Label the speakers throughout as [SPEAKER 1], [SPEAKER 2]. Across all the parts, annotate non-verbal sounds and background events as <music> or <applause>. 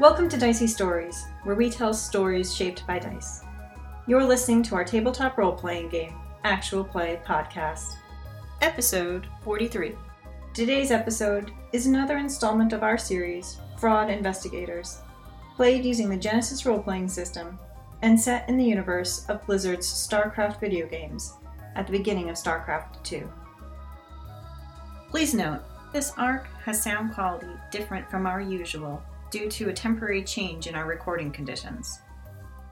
[SPEAKER 1] Welcome to Dicey Stories, where we tell stories shaped by dice. You're listening to our tabletop role playing game, Actual Play Podcast, episode 43. Today's episode is another installment of our series, Fraud Investigators, played using the Genesis role playing system and set in the universe of Blizzard's StarCraft video games at the beginning of StarCraft II. Please note, this arc has sound quality different from our usual due to a temporary change in our recording conditions.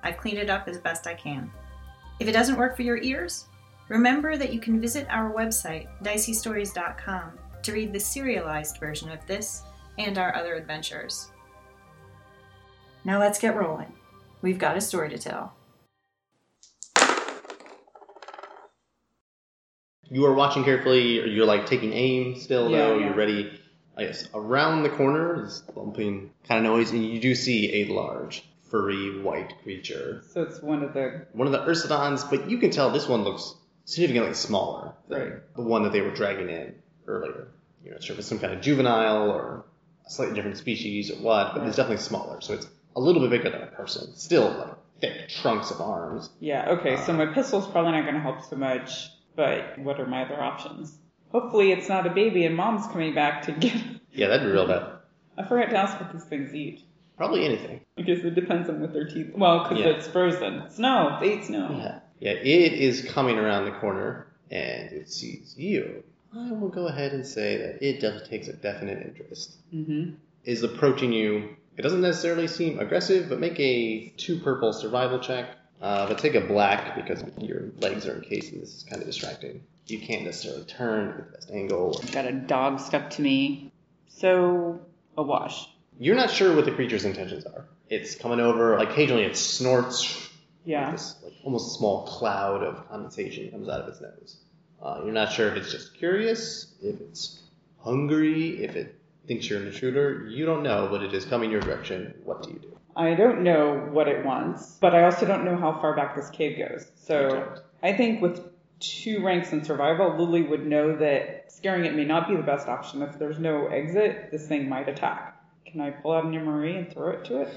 [SPEAKER 1] I've cleaned it up as best I can. If it doesn't work for your ears, remember that you can visit our website, diceystories.com, to read the serialized version of this and our other adventures. Now let's get rolling. We've got a story to tell.
[SPEAKER 2] you are watching carefully, or you're like taking aim still
[SPEAKER 3] Yeah,
[SPEAKER 2] though,
[SPEAKER 3] yeah.
[SPEAKER 2] you're ready. I guess around the corner, this bumping kind of noise, and you do see a large, furry, white creature.
[SPEAKER 3] So it's one of the
[SPEAKER 2] One of the Ursidons, but you can tell this one looks significantly smaller than
[SPEAKER 3] Right.
[SPEAKER 2] the one that they were dragging in earlier. You're not sure if it's some kind of juvenile or a slightly different species or what, but it's definitely smaller, so it's a little bit bigger than a person. Still, like, thick trunks of arms.
[SPEAKER 3] yeah. Okay, so my pistol's probably not going to help so much. But what are my other options? Hopefully, it's not a baby and mom's coming back to get. <laughs>
[SPEAKER 2] Yeah, that'd be real bad.
[SPEAKER 3] I forgot to ask what these things eat.
[SPEAKER 2] Probably anything.
[SPEAKER 3] I guess it depends on what their teeth. Well, because
[SPEAKER 2] Yeah.
[SPEAKER 3] it's frozen. Snow. They eat snow.
[SPEAKER 2] Yeah. Yeah, it is coming around the corner and it sees you. I will go ahead and say that it definitely takes a definite interest.
[SPEAKER 3] Mm-hmm.
[SPEAKER 2] Is approaching you. It doesn't necessarily seem aggressive, but make a two purple survival check. Uh, but take a black because your legs are encased and this is kind of distracting. You can't necessarily turn at the best angle.
[SPEAKER 3] Got a dog stuck to me. So a wash.
[SPEAKER 2] You're not sure what the creature's intentions are. It's coming over. Like occasionally, it snorts like
[SPEAKER 3] Yeah.
[SPEAKER 2] this like almost small cloud of condensation comes out of its nose. Uh, you're not sure if it's just curious, if it's hungry, if it thinks you're an intruder. You don't know, but it is coming your direction. What do you do?
[SPEAKER 3] I don't know what it wants, but I also don't know how far back this cave goes.
[SPEAKER 2] You
[SPEAKER 3] So
[SPEAKER 2] don't.
[SPEAKER 3] I think with two ranks in survival, Lily would know that scaring it may not be the best option. If there's no exit, this thing might attack. Can I pull out an MRE and throw it to it?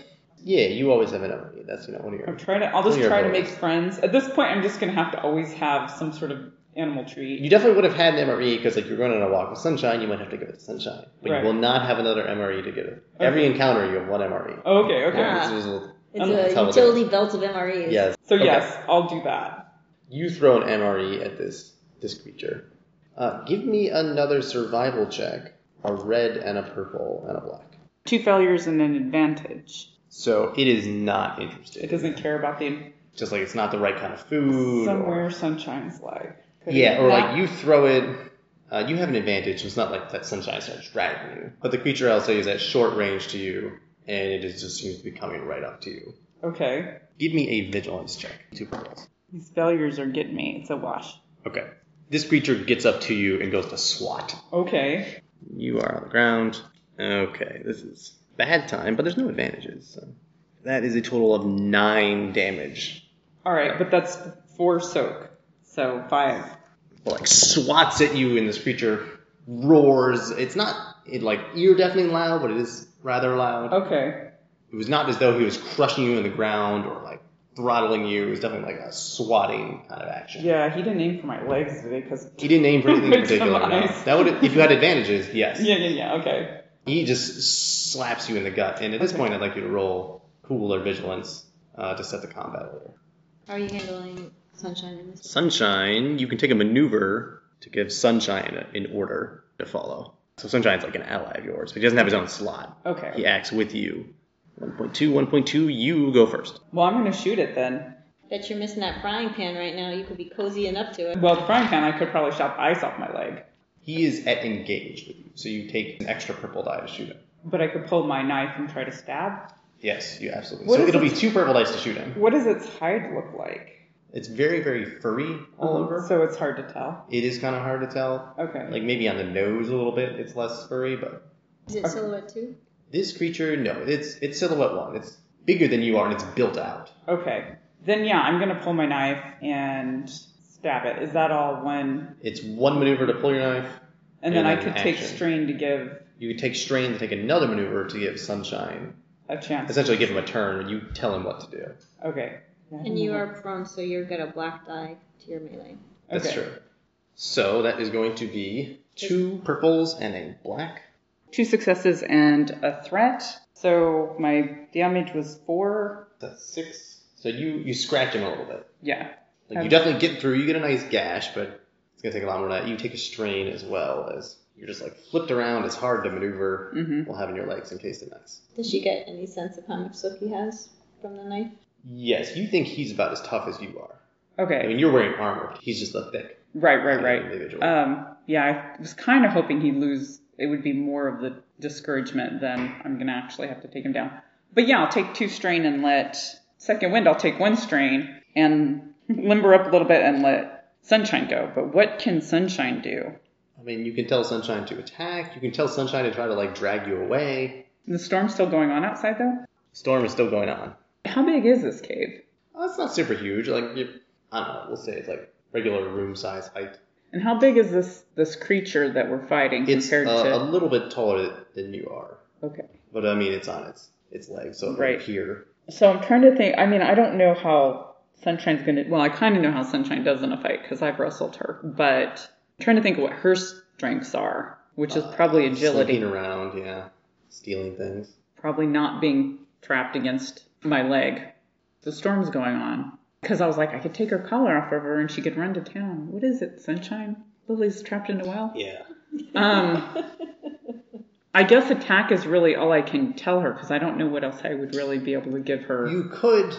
[SPEAKER 2] Yeah, you always have an enemy. That's you know one of
[SPEAKER 3] I'm
[SPEAKER 2] your.
[SPEAKER 3] trying to. I'll just
[SPEAKER 2] Clear
[SPEAKER 3] try to
[SPEAKER 2] goals.
[SPEAKER 3] make friends. At this point, I'm just gonna have to always have some sort of animal treat.
[SPEAKER 2] You definitely would have had an MRE because like you're going on a walk with sunshine. You might have to give it to sunshine, but
[SPEAKER 3] Right.
[SPEAKER 2] you will not have another MRE to give it. Every encounter you have one MRE.
[SPEAKER 3] Oh, okay, okay.
[SPEAKER 4] Yeah.
[SPEAKER 2] This is a little-
[SPEAKER 4] Ah. It's
[SPEAKER 3] Um,
[SPEAKER 2] that's
[SPEAKER 4] a
[SPEAKER 2] how it
[SPEAKER 4] utility belt of MREs.
[SPEAKER 2] yes.
[SPEAKER 3] So
[SPEAKER 2] Okay.
[SPEAKER 3] yes, I'll do that.
[SPEAKER 2] You throw an MRE at this this creature. Uh, give me another survival check. A red and a purple and a black.
[SPEAKER 3] Two failures and an advantage.
[SPEAKER 2] So it is not
[SPEAKER 3] It
[SPEAKER 2] interested.
[SPEAKER 3] doesn't care about the
[SPEAKER 2] Just like it's not the right kind of food. Or,
[SPEAKER 3] somewhere sunshine's like. Could it
[SPEAKER 2] yeah,
[SPEAKER 3] be
[SPEAKER 2] or
[SPEAKER 3] that?
[SPEAKER 2] like you throw it. Uh, you have an advantage, so it's not like that sunshine starts dragging you. But the creature, I'll say, is at short range to you, and it is, just seems to be coming right up to you.
[SPEAKER 3] Okay.
[SPEAKER 2] Give me a vigilance check. Two purples.
[SPEAKER 3] These failures are getting me. It's a wash.
[SPEAKER 2] Okay. This creature gets up to you and goes to swat.
[SPEAKER 3] Okay.
[SPEAKER 2] You are on the ground. Okay, this is bad time, but there's no advantages. So. That is a total of nine damage.
[SPEAKER 3] All right, but that's four soak. So five.
[SPEAKER 2] Like swats at you, and this creature roars. It's not it like ear deafening loud, but it is rather loud.
[SPEAKER 3] Okay.
[SPEAKER 2] It was not as though he was crushing you in the ground or like throttling you. It was definitely like a swatting kind of action.
[SPEAKER 3] Yeah, he didn't aim for my legs today because.
[SPEAKER 2] He didn't aim for anything in
[SPEAKER 3] With some
[SPEAKER 2] particular. No.
[SPEAKER 3] eyes.
[SPEAKER 2] That would if you had advantages, yes.
[SPEAKER 3] <laughs> Yeah, yeah, yeah. Okay.
[SPEAKER 2] He just slaps you in the gut, and at this
[SPEAKER 3] Okay.
[SPEAKER 2] point, I'd like you to roll cool or vigilance uh, to set the combat order.
[SPEAKER 4] How are you handling sunshine in this?
[SPEAKER 2] Sunshine, you can take a maneuver to give Sunshine an order to follow. So Sunshine's like an ally of yours, but he doesn't have his own slot.
[SPEAKER 3] Okay.
[SPEAKER 2] He acts with you. 1.2, 1.2, you go first.
[SPEAKER 3] Well, I'm gonna shoot it then.
[SPEAKER 4] Bet you're missing that frying pan right now. You could be cozying up to it.
[SPEAKER 3] Well, the frying pan, I could probably chop ice off my leg,
[SPEAKER 2] He is at engaged with you, so you take an extra purple die to shoot him.
[SPEAKER 3] but I could pull my knife and try to stab.
[SPEAKER 2] Yes, you absolutely.
[SPEAKER 3] What
[SPEAKER 2] so
[SPEAKER 3] is
[SPEAKER 2] it'll
[SPEAKER 3] it?
[SPEAKER 2] be two purple dice to shoot him.
[SPEAKER 3] What does its hide look like?
[SPEAKER 2] It's very, very furry all over.
[SPEAKER 3] So it's hard to tell.
[SPEAKER 2] it is kind of hard to tell.
[SPEAKER 3] Okay.
[SPEAKER 2] Like maybe on the nose a little bit, it's less furry, but
[SPEAKER 4] Is it silhouette too?
[SPEAKER 2] This creature, no, it's it's silhouette one. It's bigger than you are, and it's built out.
[SPEAKER 3] Okay. Then yeah, I'm gonna pull my knife and stab it. Is that all one?
[SPEAKER 2] It's one maneuver to pull your knife.
[SPEAKER 3] And then
[SPEAKER 2] And
[SPEAKER 3] I
[SPEAKER 2] then
[SPEAKER 3] could take
[SPEAKER 2] action.
[SPEAKER 3] strain to give
[SPEAKER 2] You could take strain to take another maneuver to give sunshine
[SPEAKER 3] a chance.
[SPEAKER 2] Essentially, give him a turn. You tell him what to do.
[SPEAKER 3] Okay.
[SPEAKER 4] And you are prone, so you're gonna black die to your melee.
[SPEAKER 2] That's
[SPEAKER 3] Okay.
[SPEAKER 2] true. So that is going to be two purples and a black.
[SPEAKER 3] Two successes and a threat. So my damage was four.
[SPEAKER 2] That's six. So you you scratch him a little bit.
[SPEAKER 3] Yeah.
[SPEAKER 2] Like
[SPEAKER 3] Okay.
[SPEAKER 2] you definitely get through. You get a nice gash, but it's gonna take a lot more than that. You take a strain as well as you're just like flipped around. It's hard to maneuver
[SPEAKER 3] Mm-hmm.
[SPEAKER 2] while having your legs encased in ice.
[SPEAKER 4] Does she get any sense of how much soot he has from the knife?
[SPEAKER 2] Yes, you think he's about as tough as you are. I
[SPEAKER 3] Okay.
[SPEAKER 2] mean, you're wearing armor. He's just a thick
[SPEAKER 3] Right, right, right.
[SPEAKER 2] individual.
[SPEAKER 3] Um, yeah, I was kind of hoping he'd lose. It would be more of the discouragement than I'm going to actually have to take him down. But yeah, I'll take two strain and let second wind. I'll take one strain and <laughs> limber up a little bit and let sunshine go. But what can sunshine do?
[SPEAKER 2] I mean, you can tell Sunshine to attack. You can tell Sunshine to try to like drag you away.
[SPEAKER 3] The storm's still going on outside though.
[SPEAKER 2] Storm is still going on.
[SPEAKER 3] How big is this cave?
[SPEAKER 2] Oh, it's not super huge. Like you, I don't know. We'll say it's like regular room size height.
[SPEAKER 3] And how big is this this creature that we're fighting
[SPEAKER 2] It's
[SPEAKER 3] compared
[SPEAKER 2] uh,
[SPEAKER 3] to?
[SPEAKER 2] a little bit taller than you are,
[SPEAKER 3] okay.
[SPEAKER 2] but I mean, it's on its its legs, so it would
[SPEAKER 3] Right.
[SPEAKER 2] appear.
[SPEAKER 3] So I'm trying to think. I mean, I don't know how Sunshine's gonna. Well, I kind of know how Sunshine does in a fight because I've wrestled her. But I'm trying to think what her strengths are, which is
[SPEAKER 2] uh,
[SPEAKER 3] probably agility,
[SPEAKER 2] slinking around, yeah, stealing things.
[SPEAKER 3] probably not being trapped against my leg. The storm's going on because I was like, I could take her collar off of her and she could run to town. What is it, Sunshine? Lily's trapped in a well.
[SPEAKER 2] Yeah,
[SPEAKER 3] Um, I guess attack is really all I can tell her because I don't know what else I would really be able to give her.
[SPEAKER 2] you could.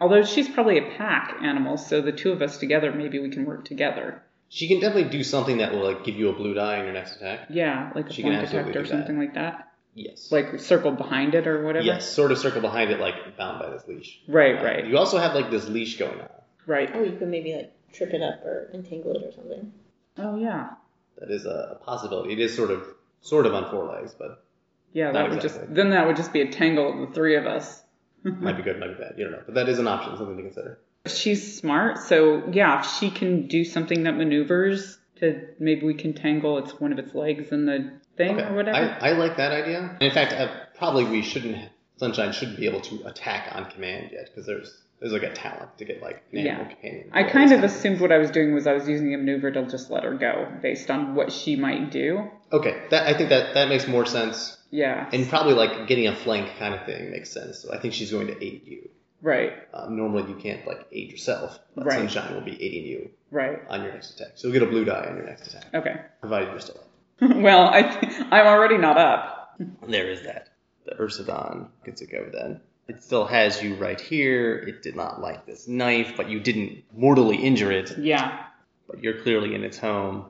[SPEAKER 3] Although she's probably a pack animal, so the two of us together, maybe we can work together.
[SPEAKER 2] She can definitely do something that will like give you a blue die in your next attack.
[SPEAKER 3] Yeah, like a
[SPEAKER 2] She can
[SPEAKER 3] flank attack
[SPEAKER 2] absolutely
[SPEAKER 3] or
[SPEAKER 2] do that.
[SPEAKER 3] something like that.
[SPEAKER 2] Yes.
[SPEAKER 3] Like circle behind it or whatever.
[SPEAKER 2] yes, sort of circle behind it, like bound by this leash.
[SPEAKER 3] Right, right,
[SPEAKER 2] You also have like this leash going on.
[SPEAKER 3] right.
[SPEAKER 4] Oh, you could maybe like trip it up or entangle it or something.
[SPEAKER 3] Oh yeah,
[SPEAKER 2] That is a, a possibility. It is sort of sort of on four legs, but
[SPEAKER 3] yeah.
[SPEAKER 2] Not
[SPEAKER 3] That would
[SPEAKER 2] exactly.
[SPEAKER 3] just then that would just be a tangle of the three of us. Mm-hmm.
[SPEAKER 2] might be good, might be bad. You don't know. But that is an option, something to consider.
[SPEAKER 3] She's smart, so yeah, if she can do something that maneuvers to maybe we can tangle its one of its legs in the thing or whatever.
[SPEAKER 2] I, I like that idea. And in fact, uh, probably we shouldn't. Sunshine shouldn't be able to attack on command yet because there's there's like a talent to get like an animal
[SPEAKER 3] Yeah.
[SPEAKER 2] companion.
[SPEAKER 3] I kind of assumed what I was doing was I was using a maneuver to just let her go based on what she might do.
[SPEAKER 2] okay. That I think that that makes more sense,
[SPEAKER 3] Yeah.
[SPEAKER 2] and probably like getting a flank kind of thing makes sense. So I think she's going to aid you.
[SPEAKER 3] right.
[SPEAKER 2] Um, normally you can't like aid yourself, but
[SPEAKER 3] Right.
[SPEAKER 2] Sunshine will be aiding you
[SPEAKER 3] Right.
[SPEAKER 2] on your next attack. So you'll get a blue die on your next attack,
[SPEAKER 3] Okay. <laughs>
[SPEAKER 2] provided you're still up.
[SPEAKER 3] well, I th- I'm already not up.
[SPEAKER 2] There is that. The Ursadon gets a go then. It still has you right here. It did not like this knife, but you didn't mortally injure it.
[SPEAKER 3] Yeah. <laughs>
[SPEAKER 2] But you're clearly in its home.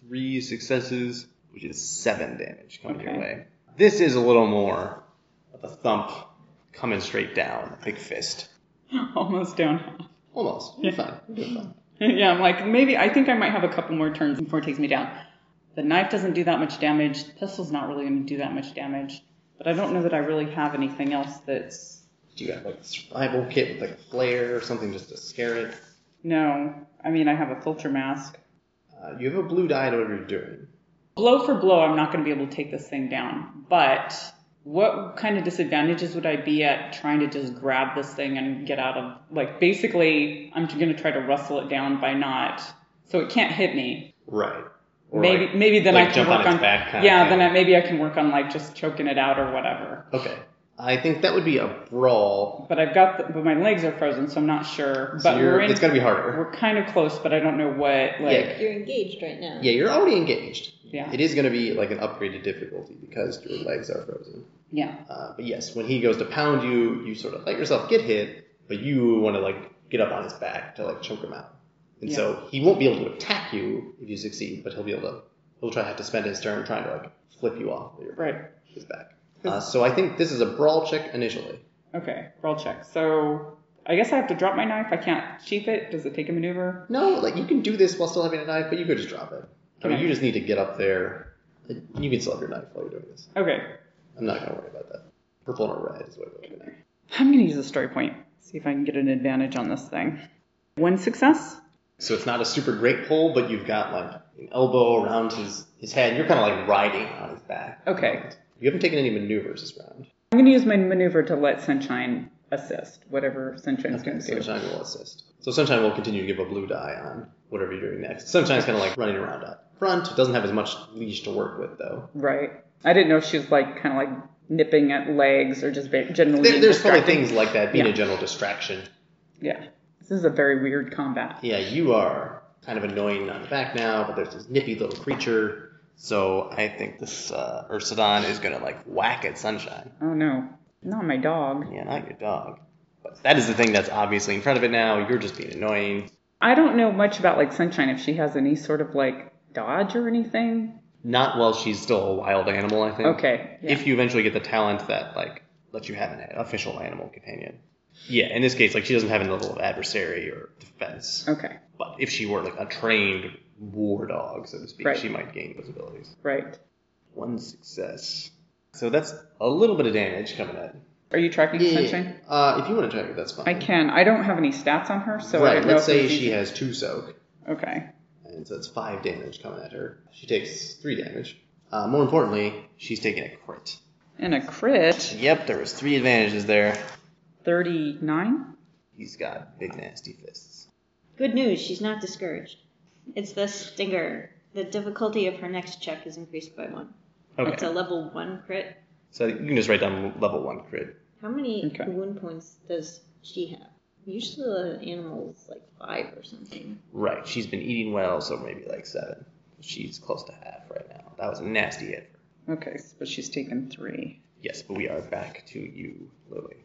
[SPEAKER 2] Three successes, which is seven damage coming your
[SPEAKER 3] Okay.
[SPEAKER 2] way. This is a little more of a thump coming straight down. A big fist.
[SPEAKER 3] Almost down. <laughs>
[SPEAKER 2] Almost. You're fine. You're fine.
[SPEAKER 3] yeah, I'm like maybe I think I might have a couple more turns before it takes me down. The knife doesn't do that much damage. The pistol's not really going to do that much damage. But I don't know that I really have anything else that's
[SPEAKER 2] Do you have like a survival kit with like a flare or something just to scare it?
[SPEAKER 3] no. I mean, I have a filter mask.
[SPEAKER 2] Uh, you have a blue die to what you're doing.
[SPEAKER 3] Blow for blow, I'm not going to be able to take this thing down. But what kind of disadvantages would I be at trying to just grab this thing and get out of? Like, basically, I'm going to try to wrestle it down by not. So it can't hit me.
[SPEAKER 2] Right. Or,
[SPEAKER 3] maybe,
[SPEAKER 2] like-
[SPEAKER 3] maybe then
[SPEAKER 2] like
[SPEAKER 3] I can
[SPEAKER 2] jump on
[SPEAKER 3] work
[SPEAKER 2] its
[SPEAKER 3] on.
[SPEAKER 2] back kinda
[SPEAKER 3] yeah,
[SPEAKER 2] thing.
[SPEAKER 3] then I, maybe I can work on like just choking it out or whatever.
[SPEAKER 2] Okay. I think that would be a brawl.
[SPEAKER 3] But I've got, the, but my legs are frozen, so I'm not sure. But
[SPEAKER 2] so you're,
[SPEAKER 3] we're in,
[SPEAKER 2] it's going to be harder.
[SPEAKER 3] we're kind of close, but I don't know what. Like,
[SPEAKER 4] You're engaged right now.
[SPEAKER 2] Yeah, you're already engaged.
[SPEAKER 3] Yeah.
[SPEAKER 2] It is going to be like an upgraded difficulty because your legs are frozen.
[SPEAKER 3] yeah,
[SPEAKER 2] Uh, but yes, when he goes to pound you, you sort of let yourself get hit, but you want to like get up on his back to like choke him out. And so he won't be able to attack you if you succeed, but he'll be able to. He'll try to have to spend his turn trying to like flip you off your,
[SPEAKER 3] right.
[SPEAKER 2] his back. Uh, so I think this is a brawl check initially.
[SPEAKER 3] Okay, roll check. So I guess I have to drop my knife. I can't sheath it. Does it take a maneuver?
[SPEAKER 2] No, like you can do this while still having a knife, but you could just drop it. I mean,
[SPEAKER 3] Okay.
[SPEAKER 2] you just need to get up there. You can still have your knife while you're doing this.
[SPEAKER 3] Okay,
[SPEAKER 2] I'm not gonna worry about that. Purple and a red is what we're looking at.
[SPEAKER 3] I'm gonna use a story point. See if I can get an advantage on this thing. One success.
[SPEAKER 2] So it's not a super great pull, but you've got like an elbow around his his head. You're kind of like riding on his back.
[SPEAKER 3] Okay.
[SPEAKER 2] You haven't taken any maneuvers this round.
[SPEAKER 3] I'm going to use my maneuver to let Sunshine assist, whatever Sunshine's
[SPEAKER 2] Okay,
[SPEAKER 3] going to do.
[SPEAKER 2] Sunshine will assist. So Sunshine will continue to give a blue die on whatever you're doing next. Sunshine's kind of like running around up front. Doesn't have as much leash to work with though.
[SPEAKER 3] Right. I didn't know if she was like kind of like nipping at legs or just ba- generally.
[SPEAKER 2] There, there's probably
[SPEAKER 3] distracting.
[SPEAKER 2] things like that being
[SPEAKER 3] Yeah.
[SPEAKER 2] a general distraction.
[SPEAKER 3] Yeah. This is a very weird combat.
[SPEAKER 2] Yeah, you are kind of annoying on the back now, but there's this nippy little creature. So I think this uh, Ursadon is gonna like whack at Sunshine.
[SPEAKER 3] Oh no. Not my dog.
[SPEAKER 2] Yeah, not your dog. But that is the thing that's obviously in front of it now. You're just being annoying.
[SPEAKER 3] I don't know much about like Sunshine if she has any sort of like dodge or anything.
[SPEAKER 2] Not while she's still a wild animal, I think.
[SPEAKER 3] Okay. Yeah.
[SPEAKER 2] If you eventually get the talent that like lets you have an official animal companion. Yeah, in this case, like she doesn't have any level of adversary or defense.
[SPEAKER 3] Okay.
[SPEAKER 2] But if she were like a trained war dog, so to speak,
[SPEAKER 3] Right.
[SPEAKER 2] she might gain those abilities.
[SPEAKER 3] Right.
[SPEAKER 2] One success. So that's a little bit of damage coming at.
[SPEAKER 3] Are you tracking Sunshine?
[SPEAKER 2] Uh, if you want to track it, that's fine.
[SPEAKER 3] I can. I don't have any stats on her, so I
[SPEAKER 2] right.
[SPEAKER 3] don't know
[SPEAKER 2] Let's
[SPEAKER 3] if
[SPEAKER 2] say
[SPEAKER 3] it's
[SPEAKER 2] she
[SPEAKER 3] easy-
[SPEAKER 2] has two soak.
[SPEAKER 3] Okay.
[SPEAKER 2] And so it's five damage coming at her. She takes three damage. Uh, more importantly, she's taking a crit.
[SPEAKER 3] And a crit,
[SPEAKER 2] Yep, there was three advantages there.
[SPEAKER 3] thirty-nine.
[SPEAKER 2] He's got big nasty fists.
[SPEAKER 4] Good news, she's not discouraged. It's the stinger. The difficulty of her next check is increased by one.
[SPEAKER 2] Okay.
[SPEAKER 4] That's a level one crit.
[SPEAKER 2] so you can just write down level one crit.
[SPEAKER 4] How many
[SPEAKER 3] Okay.
[SPEAKER 4] wound points does she have? Usually the animal's like five or something.
[SPEAKER 2] Right. She's been eating well, so maybe like seven. She's close to half right now. That was a nasty hit.
[SPEAKER 3] Okay, s- but she's taken three.
[SPEAKER 2] Yes, but we are back to you, Lily.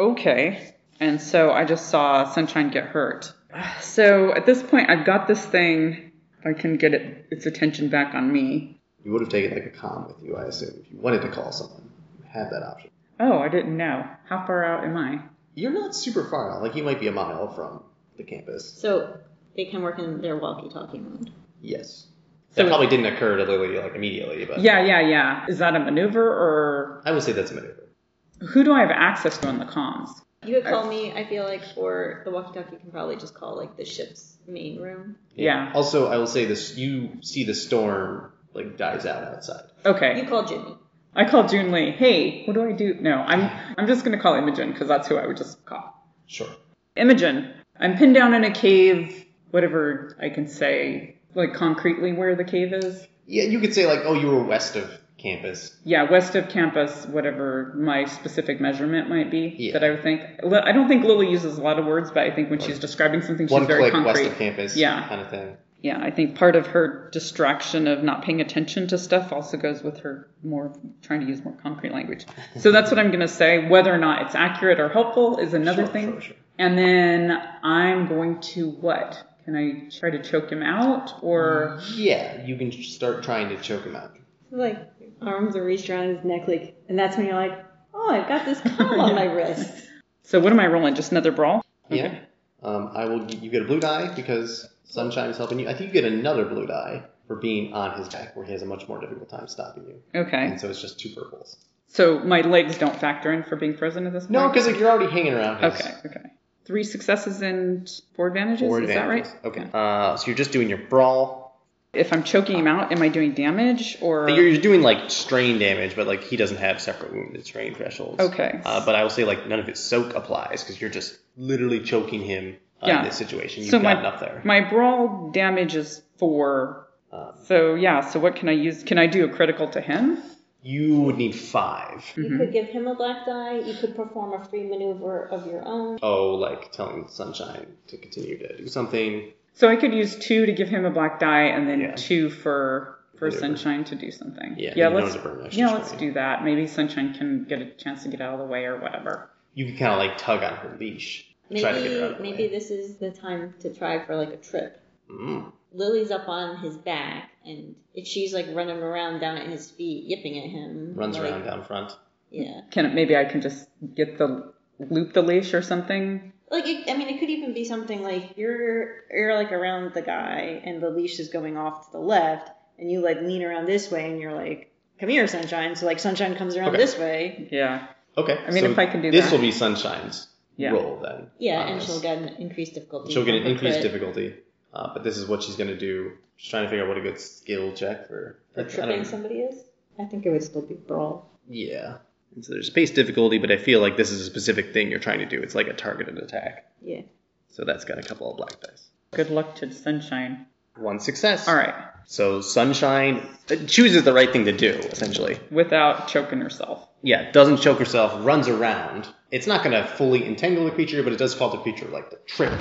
[SPEAKER 3] Okay. And so I just saw Sunshine get hurt. So at this point, I've got this thing. I can get it, its attention back on me.
[SPEAKER 2] You would have taken like a comm with you, I assume, if you wanted to call someone. You had that option.
[SPEAKER 3] Oh, I didn't know. How far out am I?
[SPEAKER 2] You're not super far out. Like you might be a mile from the campus.
[SPEAKER 4] So they can work in their walkie talkie mode.
[SPEAKER 2] Yes.
[SPEAKER 3] So-
[SPEAKER 2] that probably didn't occur to Lily like immediately, but
[SPEAKER 3] Yeah, yeah, yeah. Is that a maneuver or
[SPEAKER 2] I would say that's a maneuver.
[SPEAKER 3] who do I have access to on the comms?
[SPEAKER 4] You could call me, I feel like, or the walkie talkie can probably just call like the ship's main room.
[SPEAKER 3] Yeah.
[SPEAKER 2] Also, I will say this: you see the storm like dies out outside.
[SPEAKER 3] Okay.
[SPEAKER 4] You call Jimmy.
[SPEAKER 3] I call June Lee. Hey, what do I do? No, I'm I'm just gonna call Imogen because that's who I would just call.
[SPEAKER 2] Sure.
[SPEAKER 3] Imogen, I'm pinned down in a cave. Whatever I can say, like concretely where the cave is.
[SPEAKER 2] Yeah, you could say like, oh, you were west of campus.
[SPEAKER 3] Yeah, west of campus, whatever my specific measurement might be
[SPEAKER 2] Yeah.
[SPEAKER 3] that I would think. Li- I don't think Lily uses a lot of words, but I think when she's describing something, she's
[SPEAKER 2] One
[SPEAKER 3] very
[SPEAKER 2] click
[SPEAKER 3] concrete.
[SPEAKER 2] west of campus.
[SPEAKER 3] Yeah.
[SPEAKER 2] Kind of thing.
[SPEAKER 3] Yeah, I think part of her distraction of not paying attention to stuff also goes with her more trying to use more concrete language. So that's what I'm going to say. Whether or not it's accurate or helpful is another
[SPEAKER 2] Sure,
[SPEAKER 3] thing.
[SPEAKER 2] sure, sure.
[SPEAKER 3] And then I'm going to what? Can I try to choke him out or
[SPEAKER 2] Yeah, you can start trying to choke him out.
[SPEAKER 4] Like arms are reached around his neck, like, and that's when you're like, oh, I've got this comb on my wrist.
[SPEAKER 3] so? What am I rolling? Just another brawl?
[SPEAKER 2] Yeah. Um, I will. You get a blue die because sunshine is helping you. I think you get another blue die for being on his back, where he has a much more difficult time stopping you.
[SPEAKER 3] Okay.
[SPEAKER 2] And so it's just two purples.
[SPEAKER 3] So my legs don't factor in for being frozen at this point.
[SPEAKER 2] No, because like you're already hanging around. His
[SPEAKER 3] Okay. Okay. Three successes and four advantages.
[SPEAKER 2] Four
[SPEAKER 3] is
[SPEAKER 2] advantages.
[SPEAKER 3] that right?
[SPEAKER 2] Okay. Uh, so you're just doing your brawl.
[SPEAKER 3] If I'm choking him out, am I doing damage or?
[SPEAKER 2] You're, you're doing like strain damage, but like he doesn't have separate wounded strain thresholds.
[SPEAKER 3] Okay.
[SPEAKER 2] Uh, but I will say like none of his soak applies because you're just literally choking him uh,
[SPEAKER 3] Yeah.
[SPEAKER 2] in this situation. You've
[SPEAKER 3] So
[SPEAKER 2] got
[SPEAKER 3] my-
[SPEAKER 2] enough there.
[SPEAKER 3] My brawl damage is four.
[SPEAKER 2] Um,
[SPEAKER 3] So yeah, so what can I use? Can I do a critical to him?
[SPEAKER 2] you would need five.
[SPEAKER 4] You could give him a black die. You could perform a free maneuver of your own.
[SPEAKER 2] Oh, like telling Sunshine to continue to do something.
[SPEAKER 3] So I could use two to give him a black die, and then
[SPEAKER 2] Yeah.
[SPEAKER 3] two for for
[SPEAKER 2] Maneuver.
[SPEAKER 3] sunshine to do something.
[SPEAKER 2] Yeah,
[SPEAKER 3] yeah
[SPEAKER 2] you don't
[SPEAKER 3] let's
[SPEAKER 2] have to burn an extra
[SPEAKER 3] yeah let's
[SPEAKER 2] strain.
[SPEAKER 3] do that. Maybe sunshine can get a chance to get out of the way or whatever.
[SPEAKER 2] You could kind of like tug on her leash. try to get her out
[SPEAKER 4] Maybe
[SPEAKER 2] of the
[SPEAKER 4] maybe
[SPEAKER 2] way.
[SPEAKER 4] this is the time to try for like a trip.
[SPEAKER 2] Mm.
[SPEAKER 4] Lily's up on his back, and if she's like running around down at his feet, yipping at him.
[SPEAKER 2] runs
[SPEAKER 4] like,
[SPEAKER 2] around down front.
[SPEAKER 4] Yeah,
[SPEAKER 3] Can maybe I can just get the loop the leash or something?
[SPEAKER 4] like it, I mean, it could even be something like you're you're like around the guy, and the leash is going off to the left, and you like lean around this way, and you're like, "Come here, sunshine." So like, sunshine comes around
[SPEAKER 2] Okay.
[SPEAKER 4] this way.
[SPEAKER 3] Yeah.
[SPEAKER 2] Okay.
[SPEAKER 3] I mean, if I can do
[SPEAKER 2] this
[SPEAKER 3] that.
[SPEAKER 2] will be Sunshine's
[SPEAKER 3] Yeah.
[SPEAKER 2] roll then.
[SPEAKER 4] Yeah,
[SPEAKER 2] on
[SPEAKER 4] and
[SPEAKER 2] this.
[SPEAKER 4] she'll get an increased difficulty.
[SPEAKER 2] She'll get
[SPEAKER 4] from
[SPEAKER 2] an
[SPEAKER 4] her
[SPEAKER 2] increased
[SPEAKER 4] crit.
[SPEAKER 2] difficulty, uh, but this is what she's going to do. She's trying to figure out what a good skill check for.
[SPEAKER 4] For
[SPEAKER 2] I don't-
[SPEAKER 4] tripping somebody is. I think it would still be brawl.
[SPEAKER 2] Yeah. And so there's space difficulty, but I feel like this is a specific thing you're trying to do. It's like a targeted attack.
[SPEAKER 4] Yeah.
[SPEAKER 2] So that's got a couple of black dice.
[SPEAKER 3] Good luck to Sunshine.
[SPEAKER 2] One success.
[SPEAKER 3] All right.
[SPEAKER 2] So Sunshine uh, chooses the right thing to do, essentially.
[SPEAKER 3] Without choking herself.
[SPEAKER 2] Yeah, doesn't choke herself, runs around. It's not going to fully entangle the creature, but it does cause the creature like to trip,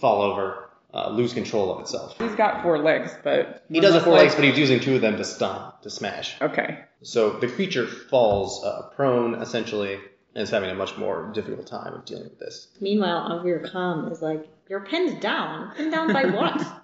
[SPEAKER 2] fall over, uh, lose control of itself.
[SPEAKER 3] He's got four legs, but
[SPEAKER 2] He does have four legs, but he's using two of them to stun, to smash.
[SPEAKER 3] Okay.
[SPEAKER 2] So the creature falls uh, prone, essentially, and is having a much more difficult time of dealing with this.
[SPEAKER 4] Meanwhile, Avir Khan is like, your pen's down. Pinned down by <laughs> what?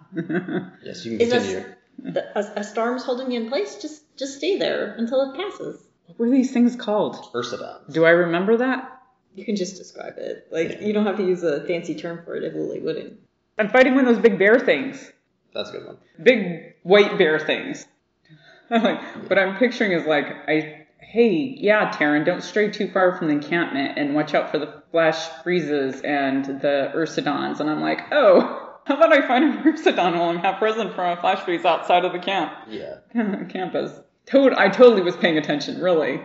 [SPEAKER 2] Yes, you can
[SPEAKER 4] is a,
[SPEAKER 2] continue.
[SPEAKER 4] s- the- a, a storm's holding you in place? Just just stay there until it passes.
[SPEAKER 3] What were these things called?
[SPEAKER 2] Ursula.
[SPEAKER 3] Do I remember that?
[SPEAKER 4] You can just describe it. Like you don't have to use a fancy term for it. It really wouldn't.
[SPEAKER 3] I'm fighting one of those big bear things.
[SPEAKER 2] That's a good one.
[SPEAKER 3] Big white bear things. <laughs> I'm like, what I'm picturing is like, I, hey, yeah, Taryn, don't stray too far from the encampment and watch out for the flash freezes and the Ursidons. And I'm like, oh, <laughs> how about I find an Ursidon while I'm half frozen from a flash freeze outside of the camp? <laughs>
[SPEAKER 2] Yeah.
[SPEAKER 3] campus. Tot- I totally was paying attention, really.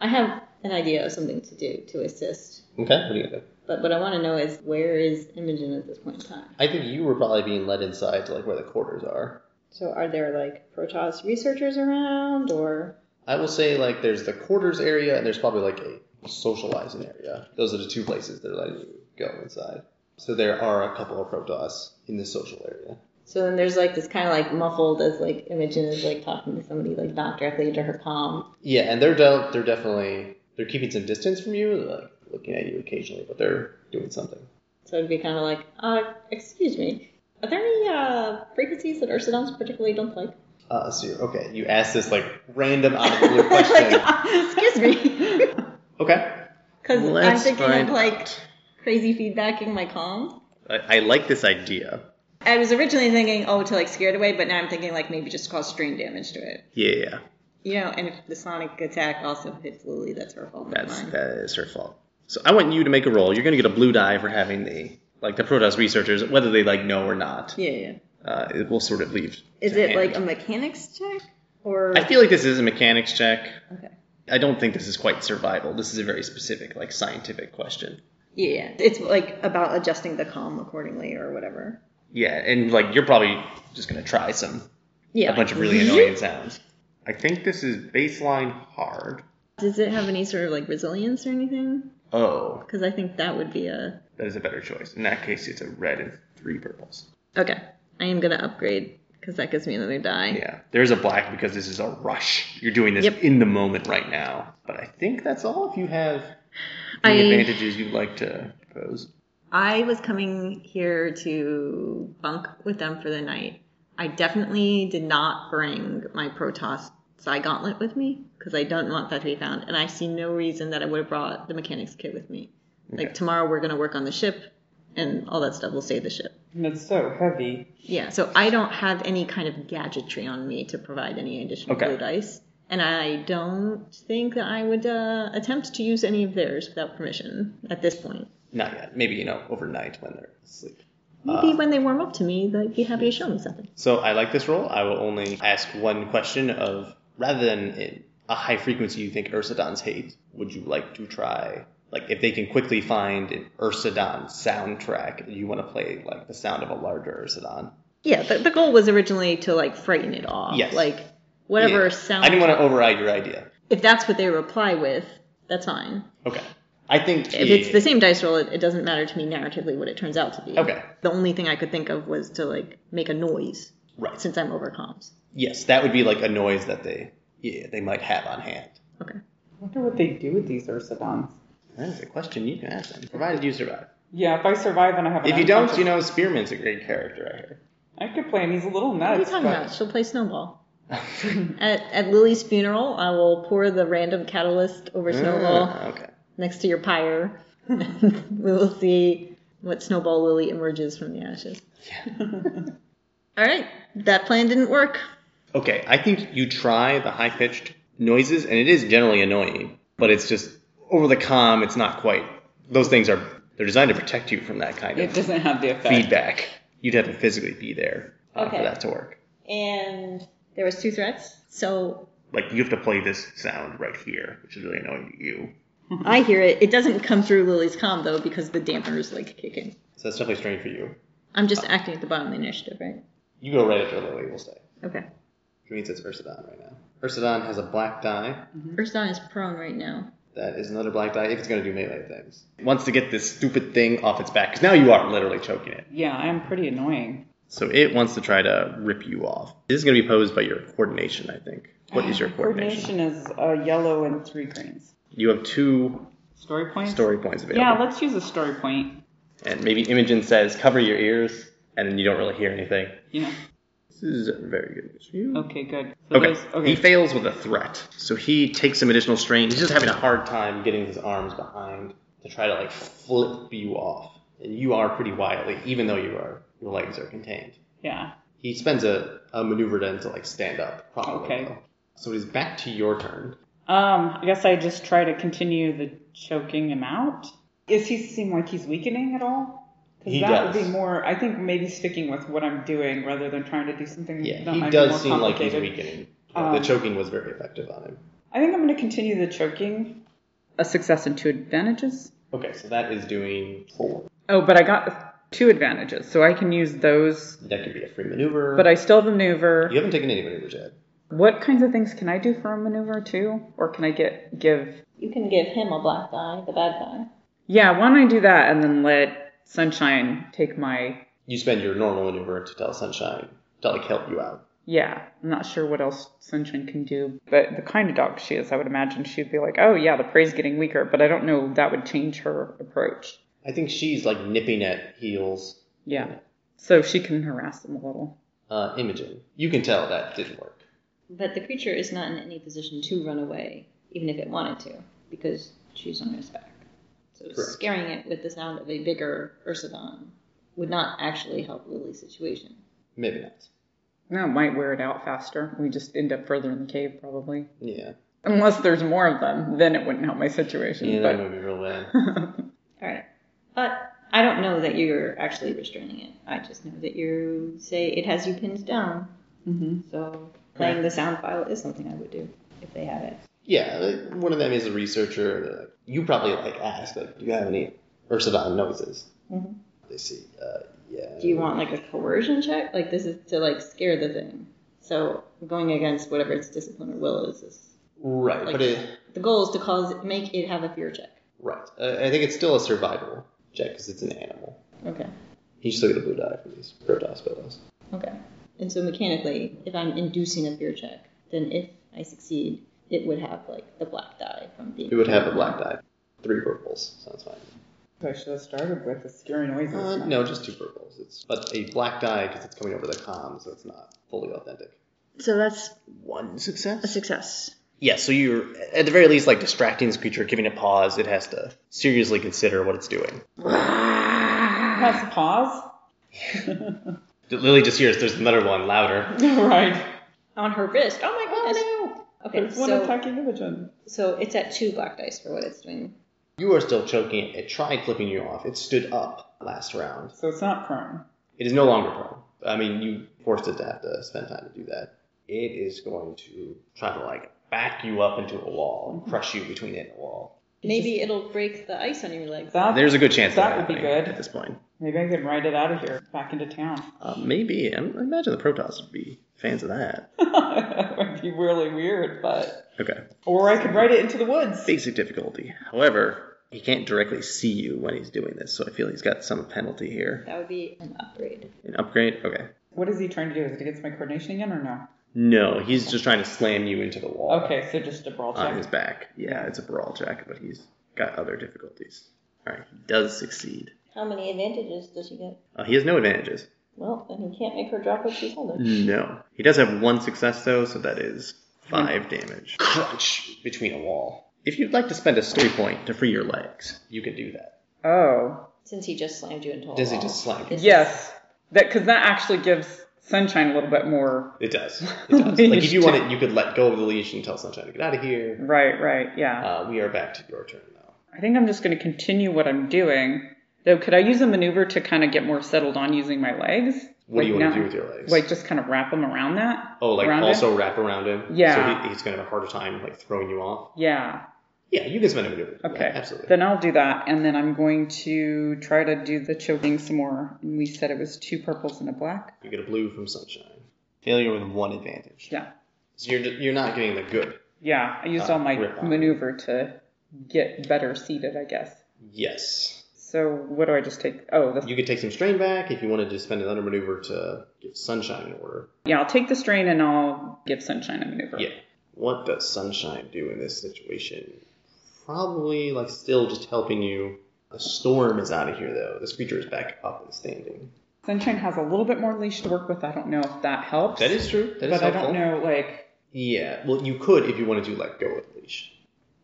[SPEAKER 4] I have an idea of something to do to assist,
[SPEAKER 2] Okay, what do you do?
[SPEAKER 4] but what I want to know is where is Imogen at this point in time?
[SPEAKER 2] I think you were probably being led inside to like where the quarters are.
[SPEAKER 4] So are there like Protoss researchers around, or
[SPEAKER 2] I will say like there's the quarters area and there's probably like a socializing area. Those are the two places they're letting you go inside. So there are a couple of Protoss in the social area.
[SPEAKER 4] so then there's like this kind of like muffled as like Imogen is like talking to somebody like not directly into her comm.
[SPEAKER 2] Yeah, and they're de- they're definitely they're keeping some distance from you, they're, like looking at you occasionally, but they're doing something.
[SPEAKER 4] So it'd be kind of like, uh, excuse me, are there any uh frequencies that Ursidons particularly don't like?
[SPEAKER 2] Uh, so you're, okay, you asked this like random out of the
[SPEAKER 4] <laughs> Oh
[SPEAKER 2] blue question.
[SPEAKER 4] uh, excuse me.
[SPEAKER 2] <laughs> okay,
[SPEAKER 4] Because I'm
[SPEAKER 2] Let's
[SPEAKER 4] thinking
[SPEAKER 2] find
[SPEAKER 4] of like crazy feedback in my calm.
[SPEAKER 2] I, I like this idea.
[SPEAKER 4] I was originally thinking, oh, to like scare it away, but now I'm thinking like maybe just cause strain damage to it.
[SPEAKER 2] Yeah,
[SPEAKER 4] You know, and if the sonic attack also hits Lily, that's her fault. not
[SPEAKER 2] that's
[SPEAKER 4] mine.
[SPEAKER 2] that is her fault. So I want you to make a roll. You're gonna get a blue die for having the like the Protoss researchers, whether they like know or not.
[SPEAKER 4] Yeah, yeah.
[SPEAKER 2] Uh, it will sort of leave.
[SPEAKER 4] Is
[SPEAKER 2] to
[SPEAKER 4] it like a
[SPEAKER 2] hand.
[SPEAKER 4] mechanics check or?
[SPEAKER 2] I feel like this is a mechanics check.
[SPEAKER 4] Okay.
[SPEAKER 2] I don't think this is quite survival. This is a very specific, like scientific question.
[SPEAKER 4] Yeah, yeah. It's like about adjusting the calm accordingly or whatever.
[SPEAKER 2] Yeah, and like you're probably just gonna try some
[SPEAKER 4] Yeah.
[SPEAKER 2] a bunch of really annoying sounds. I think this is baseline hard.
[SPEAKER 4] Does it have any sort of like resilience or anything?
[SPEAKER 2] Oh,
[SPEAKER 4] Because I think that would be a.
[SPEAKER 2] that is a better choice. In that case, it's a red and three purples.
[SPEAKER 4] Okay, I am gonna upgrade because that gives me another die.
[SPEAKER 2] Yeah, there's a black because this is a rush. You're doing this
[SPEAKER 4] Yep.
[SPEAKER 2] in the moment right now. But I think that's all. If you have
[SPEAKER 4] I-
[SPEAKER 2] any advantages you'd like to propose,
[SPEAKER 4] I was coming here to bunk with them for the night. I definitely did not bring my Protoss Psy Gauntlet with me because I don't want that to be found. And I see no reason that I would have brought the mechanics kit with me. Like tomorrow we're going to work on the ship and all that stuff will save the ship.
[SPEAKER 3] And it's so heavy.
[SPEAKER 4] Yeah, so I don't have any kind of gadgetry on me to provide any additional
[SPEAKER 2] Okay.
[SPEAKER 4] blue dice. And I don't think that I would uh, attempt to use any of theirs without permission at this point.
[SPEAKER 2] not yet. Maybe you know overnight when they're asleep. Uh.
[SPEAKER 4] Maybe when they warm up to me, they'd be happy to show me something.
[SPEAKER 2] So I like this role. I will only ask one question of rather than in a high frequency you think Ursidons hate, would you like to try like if they can quickly find an Ursidon soundtrack, you want to play like the sound of a larger Ursidon.
[SPEAKER 4] Yeah, the, the goal was originally to like frighten it off.
[SPEAKER 2] Yes.
[SPEAKER 4] Like whatever
[SPEAKER 2] Yeah.
[SPEAKER 4] sound.
[SPEAKER 2] I didn't want to override your idea.
[SPEAKER 4] If that's what they reply with, that's fine.
[SPEAKER 2] Okay. I think
[SPEAKER 4] If it's the same dice roll, it, it doesn't matter to me narratively what it turns out to be.
[SPEAKER 2] Okay.
[SPEAKER 4] The only thing I could think of was to like make a noise
[SPEAKER 2] right.
[SPEAKER 4] since I'm over comms.
[SPEAKER 2] Yes, that would be like a noise that they yeah, they might have on hand.
[SPEAKER 4] Okay.
[SPEAKER 3] I wonder what they do with these Ursidons.
[SPEAKER 2] That is a question you can ask them. Provided you survive.
[SPEAKER 3] Yeah, if I survive and I have an
[SPEAKER 2] If you don't,
[SPEAKER 3] unconscious-
[SPEAKER 2] you know Spearman's a great character, I hear.
[SPEAKER 3] I could play him. He's a little
[SPEAKER 4] What are you
[SPEAKER 3] nuts.
[SPEAKER 4] talking
[SPEAKER 3] but-
[SPEAKER 4] about? She'll play snowball. At, at Lily's funeral, I will pour the random catalyst over snowball
[SPEAKER 2] Ah, okay.
[SPEAKER 4] next to your pyre. we will see what snowball Lily emerges from the ashes. <laughs> All right, that plan didn't work.
[SPEAKER 2] Okay, I think you try the high pitched noises, and it is generally annoying, but it's just over the comm, it's not quite. Those things are they're designed to protect you from that kind
[SPEAKER 3] It
[SPEAKER 2] of
[SPEAKER 3] doesn't have the effect.
[SPEAKER 2] feedback. You'd have to physically be there uh, for
[SPEAKER 4] Okay.
[SPEAKER 2] that to work.
[SPEAKER 4] And there was two threats. So
[SPEAKER 5] Like you have to play this sound right here, which is really annoying to you.
[SPEAKER 4] <laughs> I hear it. It doesn't come through Lily's comm though because the damper is like kicking.
[SPEAKER 2] So that's definitely strange for you.
[SPEAKER 4] I'm just acting at the bottom of the initiative, right?
[SPEAKER 2] You go right after Lily, we'll say.
[SPEAKER 4] Okay.
[SPEAKER 2] Which means it's Ursadon right now. Ursadon has a black die.
[SPEAKER 4] Urston is prone right now.
[SPEAKER 2] That is another black die if it's going to do melee things. It wants to get this stupid thing off its back, because now you are literally choking it.
[SPEAKER 3] Yeah, I'm pretty annoying.
[SPEAKER 2] So it wants to try to rip you off. This is going to be posed by your coordination, I think. What is your coordination?
[SPEAKER 3] Coordination is uh, yellow and three greens.
[SPEAKER 2] You have two
[SPEAKER 3] Story points.
[SPEAKER 2] story points available.
[SPEAKER 3] Yeah, let's use a story point.
[SPEAKER 2] and maybe Imogen says, cover your ears, and then you don't really hear anything.
[SPEAKER 3] Yeah.
[SPEAKER 2] This is very good news for you.
[SPEAKER 3] Okay, good. So
[SPEAKER 2] Okay.
[SPEAKER 3] those- okay.
[SPEAKER 2] He fails with a threat, so he takes some additional strain. He's just having a hard time getting his arms behind to try to like flip you off, and you are pretty wily, even though you are your legs are contained.
[SPEAKER 3] yeah.
[SPEAKER 2] He spends a, a maneuver then to like stand up properly.
[SPEAKER 3] Okay.
[SPEAKER 2] though. So it is back to your turn.
[SPEAKER 3] Um, I guess I just try to continue the choking him out. Does he seem like he's weakening at all?
[SPEAKER 2] He
[SPEAKER 3] Because that would
[SPEAKER 2] does.
[SPEAKER 3] be more. I think maybe sticking with what I'm doing rather than trying to do something.
[SPEAKER 2] Yeah,
[SPEAKER 3] that
[SPEAKER 2] he
[SPEAKER 3] might be more
[SPEAKER 2] does seem like he's
[SPEAKER 3] complicated.
[SPEAKER 2] weakening.
[SPEAKER 3] Um,
[SPEAKER 2] the choking was very effective on him.
[SPEAKER 3] I think I'm going to continue the choking. A success and two advantages.
[SPEAKER 2] Okay, so that is doing four.
[SPEAKER 3] Oh, but I got two advantages, so I can use those.
[SPEAKER 2] That could be a free maneuver.
[SPEAKER 3] But I still have a maneuver.
[SPEAKER 2] you haven't taken any maneuvers yet.
[SPEAKER 3] What kinds of things can I do for a maneuver too, or can I get give
[SPEAKER 4] You can give him a black die, the bad guy.
[SPEAKER 3] Yeah, why don't I do that and then let Sunshine take my.
[SPEAKER 2] You spend your normal maneuver to tell Sunshine to like help you out.
[SPEAKER 3] Yeah, I'm not sure what else Sunshine can do, but the kind of dog she is, I would imagine she'd be like, oh, yeah, the prey's getting weaker, but I don't know that would change her approach.
[SPEAKER 2] I think she's like nipping at heels
[SPEAKER 3] Yeah. So she can harass them a little.
[SPEAKER 2] uh, Imogen. You can tell that didn't work.
[SPEAKER 4] But the creature is not in any position to run away, even if it wanted to, because she's on its back. So
[SPEAKER 2] Correct.
[SPEAKER 4] scaring it with the sound of a bigger Ursadon would not actually help Lily's situation.
[SPEAKER 2] Maybe not.
[SPEAKER 3] No, it might wear it out faster. We just end up further in the cave, probably.
[SPEAKER 2] Yeah.
[SPEAKER 3] Unless there's more of them, then it wouldn't help my situation.
[SPEAKER 2] Yeah, that
[SPEAKER 3] but
[SPEAKER 2] would be real bad. <laughs>
[SPEAKER 4] All right. But I don't know that you're actually restraining it. I just know that you say it has you pinned down.
[SPEAKER 3] Mhm.
[SPEAKER 4] So playing the sound file is something I would do if they had it.
[SPEAKER 2] Yeah, like, one of them is a researcher. They're like, you probably like ask like, do you have any Ursadon noises?
[SPEAKER 4] Mhm.
[SPEAKER 2] They see. Uh, yeah.
[SPEAKER 4] Do you want like a coercion check? Like this is to like scare the thing. So going against whatever its discipline or will is. is
[SPEAKER 2] Right,
[SPEAKER 4] like,
[SPEAKER 2] but it,
[SPEAKER 4] the goal is to cause make it have a fear check.
[SPEAKER 2] right. Uh, I think it's still a survival check because it's an animal.
[SPEAKER 4] Okay.
[SPEAKER 2] You still get a blue die from these Protoss fellows.
[SPEAKER 4] Okay. And so mechanically, if I'm inducing a fear check, then if I succeed, it would have like the black die from being.
[SPEAKER 2] It would have a black die, three purples. Sounds fine.
[SPEAKER 3] I should have started with the scary noises.
[SPEAKER 2] Uh, no, just two purples. It's but a black die because it's coming over the comm, so it's not fully authentic.
[SPEAKER 4] So that's
[SPEAKER 2] One success.
[SPEAKER 4] success.
[SPEAKER 2] Yeah, so you're at the very least like distracting this creature, giving it pause. It has to seriously consider what it's doing.
[SPEAKER 3] Press pause.
[SPEAKER 2] Lily just hears there's another one louder.
[SPEAKER 3] right.
[SPEAKER 4] On her wrist. Oh my goodness. Okay.
[SPEAKER 3] There's one
[SPEAKER 4] so,
[SPEAKER 3] attacking Imogen.
[SPEAKER 4] so it's at two black dice for what it's doing.
[SPEAKER 2] You are still choking it. It tried flipping you off. It stood up last round.
[SPEAKER 3] So it's not prone.
[SPEAKER 2] It is no longer prone. I mean, you forced it to have to spend time to do that. It is going to try to like back you up into a wall and crush you between it and a wall.
[SPEAKER 4] Maybe it'll break the ice on your legs.
[SPEAKER 3] That,
[SPEAKER 2] There's a good chance
[SPEAKER 3] That
[SPEAKER 2] of
[SPEAKER 3] would be
[SPEAKER 2] happening
[SPEAKER 3] good.
[SPEAKER 2] at this point.
[SPEAKER 3] Maybe I can ride it out of here, back into town. <laughs>
[SPEAKER 2] Uh, maybe. I imagine the Protoss would be fans of
[SPEAKER 3] <laughs>
[SPEAKER 2] that.
[SPEAKER 3] that would be really weird, but
[SPEAKER 2] Okay.
[SPEAKER 3] or I could ride it into the woods.
[SPEAKER 2] Basic difficulty. However, he can't directly see you when he's doing this, so I feel he's got some penalty here.
[SPEAKER 4] That would be an upgrade.
[SPEAKER 2] An upgrade? Okay.
[SPEAKER 3] What is he trying to do? Is it against my coordination again or no?
[SPEAKER 2] No, he's just trying to slam you into the wall
[SPEAKER 3] Okay, so just a brawl
[SPEAKER 2] on his
[SPEAKER 3] check.
[SPEAKER 2] back. Yeah, it's a brawl check, but he's got other difficulties. All right, he does succeed.
[SPEAKER 4] How many advantages does she get?
[SPEAKER 2] Uh, he has no advantages.
[SPEAKER 4] Well, then he can't make her drop what she's holding.
[SPEAKER 2] Mm. No. He does have one success, though, so that is five damage. Crunch between a wall. If you'd like to spend a story point to free your legs, you can do that.
[SPEAKER 3] Oh,
[SPEAKER 4] Since he just slammed you into a
[SPEAKER 2] Does he
[SPEAKER 4] wall.
[SPEAKER 2] just slam you?
[SPEAKER 4] It's
[SPEAKER 3] yes, that because that actually gives Sunshine a little bit more.
[SPEAKER 2] It
[SPEAKER 3] <laughs>
[SPEAKER 2] does. It does. like if you want it, you could let go of the leash and tell Sunshine to get out of here.
[SPEAKER 3] Right, right, yeah.
[SPEAKER 2] Uh, we are back to your turn now.
[SPEAKER 3] I think I'm just going to continue what I'm doing. Though, could I use a maneuver to kind of get more settled on using my legs?
[SPEAKER 2] What do you
[SPEAKER 3] Like,
[SPEAKER 2] want to
[SPEAKER 3] no.
[SPEAKER 2] do with your legs?
[SPEAKER 3] Like just kind of wrap them around that.
[SPEAKER 2] oh, like
[SPEAKER 3] around
[SPEAKER 2] also wrap around him.
[SPEAKER 3] Yeah.
[SPEAKER 2] So he, he's gonna have a harder time like throwing you off.
[SPEAKER 3] Yeah.
[SPEAKER 2] Yeah, you can spend a minute. with that,
[SPEAKER 3] Okay.
[SPEAKER 2] absolutely.
[SPEAKER 3] Then I'll do that, and then I'm going to try to do the choking some more. And we said it was two purples and a black.
[SPEAKER 2] you get a blue from sunshine. Failure with one advantage.
[SPEAKER 3] Yeah.
[SPEAKER 2] So you're you're not getting the good.
[SPEAKER 3] Yeah. I used
[SPEAKER 2] Uh,
[SPEAKER 3] all my
[SPEAKER 2] rip on.
[SPEAKER 3] maneuver to get better seated, I guess.
[SPEAKER 2] Yes.
[SPEAKER 3] So what do I just take? Oh, the
[SPEAKER 2] You could take some strain back if you wanted to spend another maneuver to get sunshine in order.
[SPEAKER 3] yeah. I'll take the strain and I'll give Sunshine a maneuver.
[SPEAKER 2] Yeah. What does sunshine do in this situation? Probably like still just helping you. The storm is out of here though. This creature is back up and standing.
[SPEAKER 3] Sunshine has a little bit more leash to work with. I don't know if that helps.
[SPEAKER 2] That is true. That
[SPEAKER 3] But
[SPEAKER 2] is
[SPEAKER 3] I
[SPEAKER 2] helpful.
[SPEAKER 3] don't know. Like
[SPEAKER 2] Yeah. Well, you could if you wanted to let go of the leash.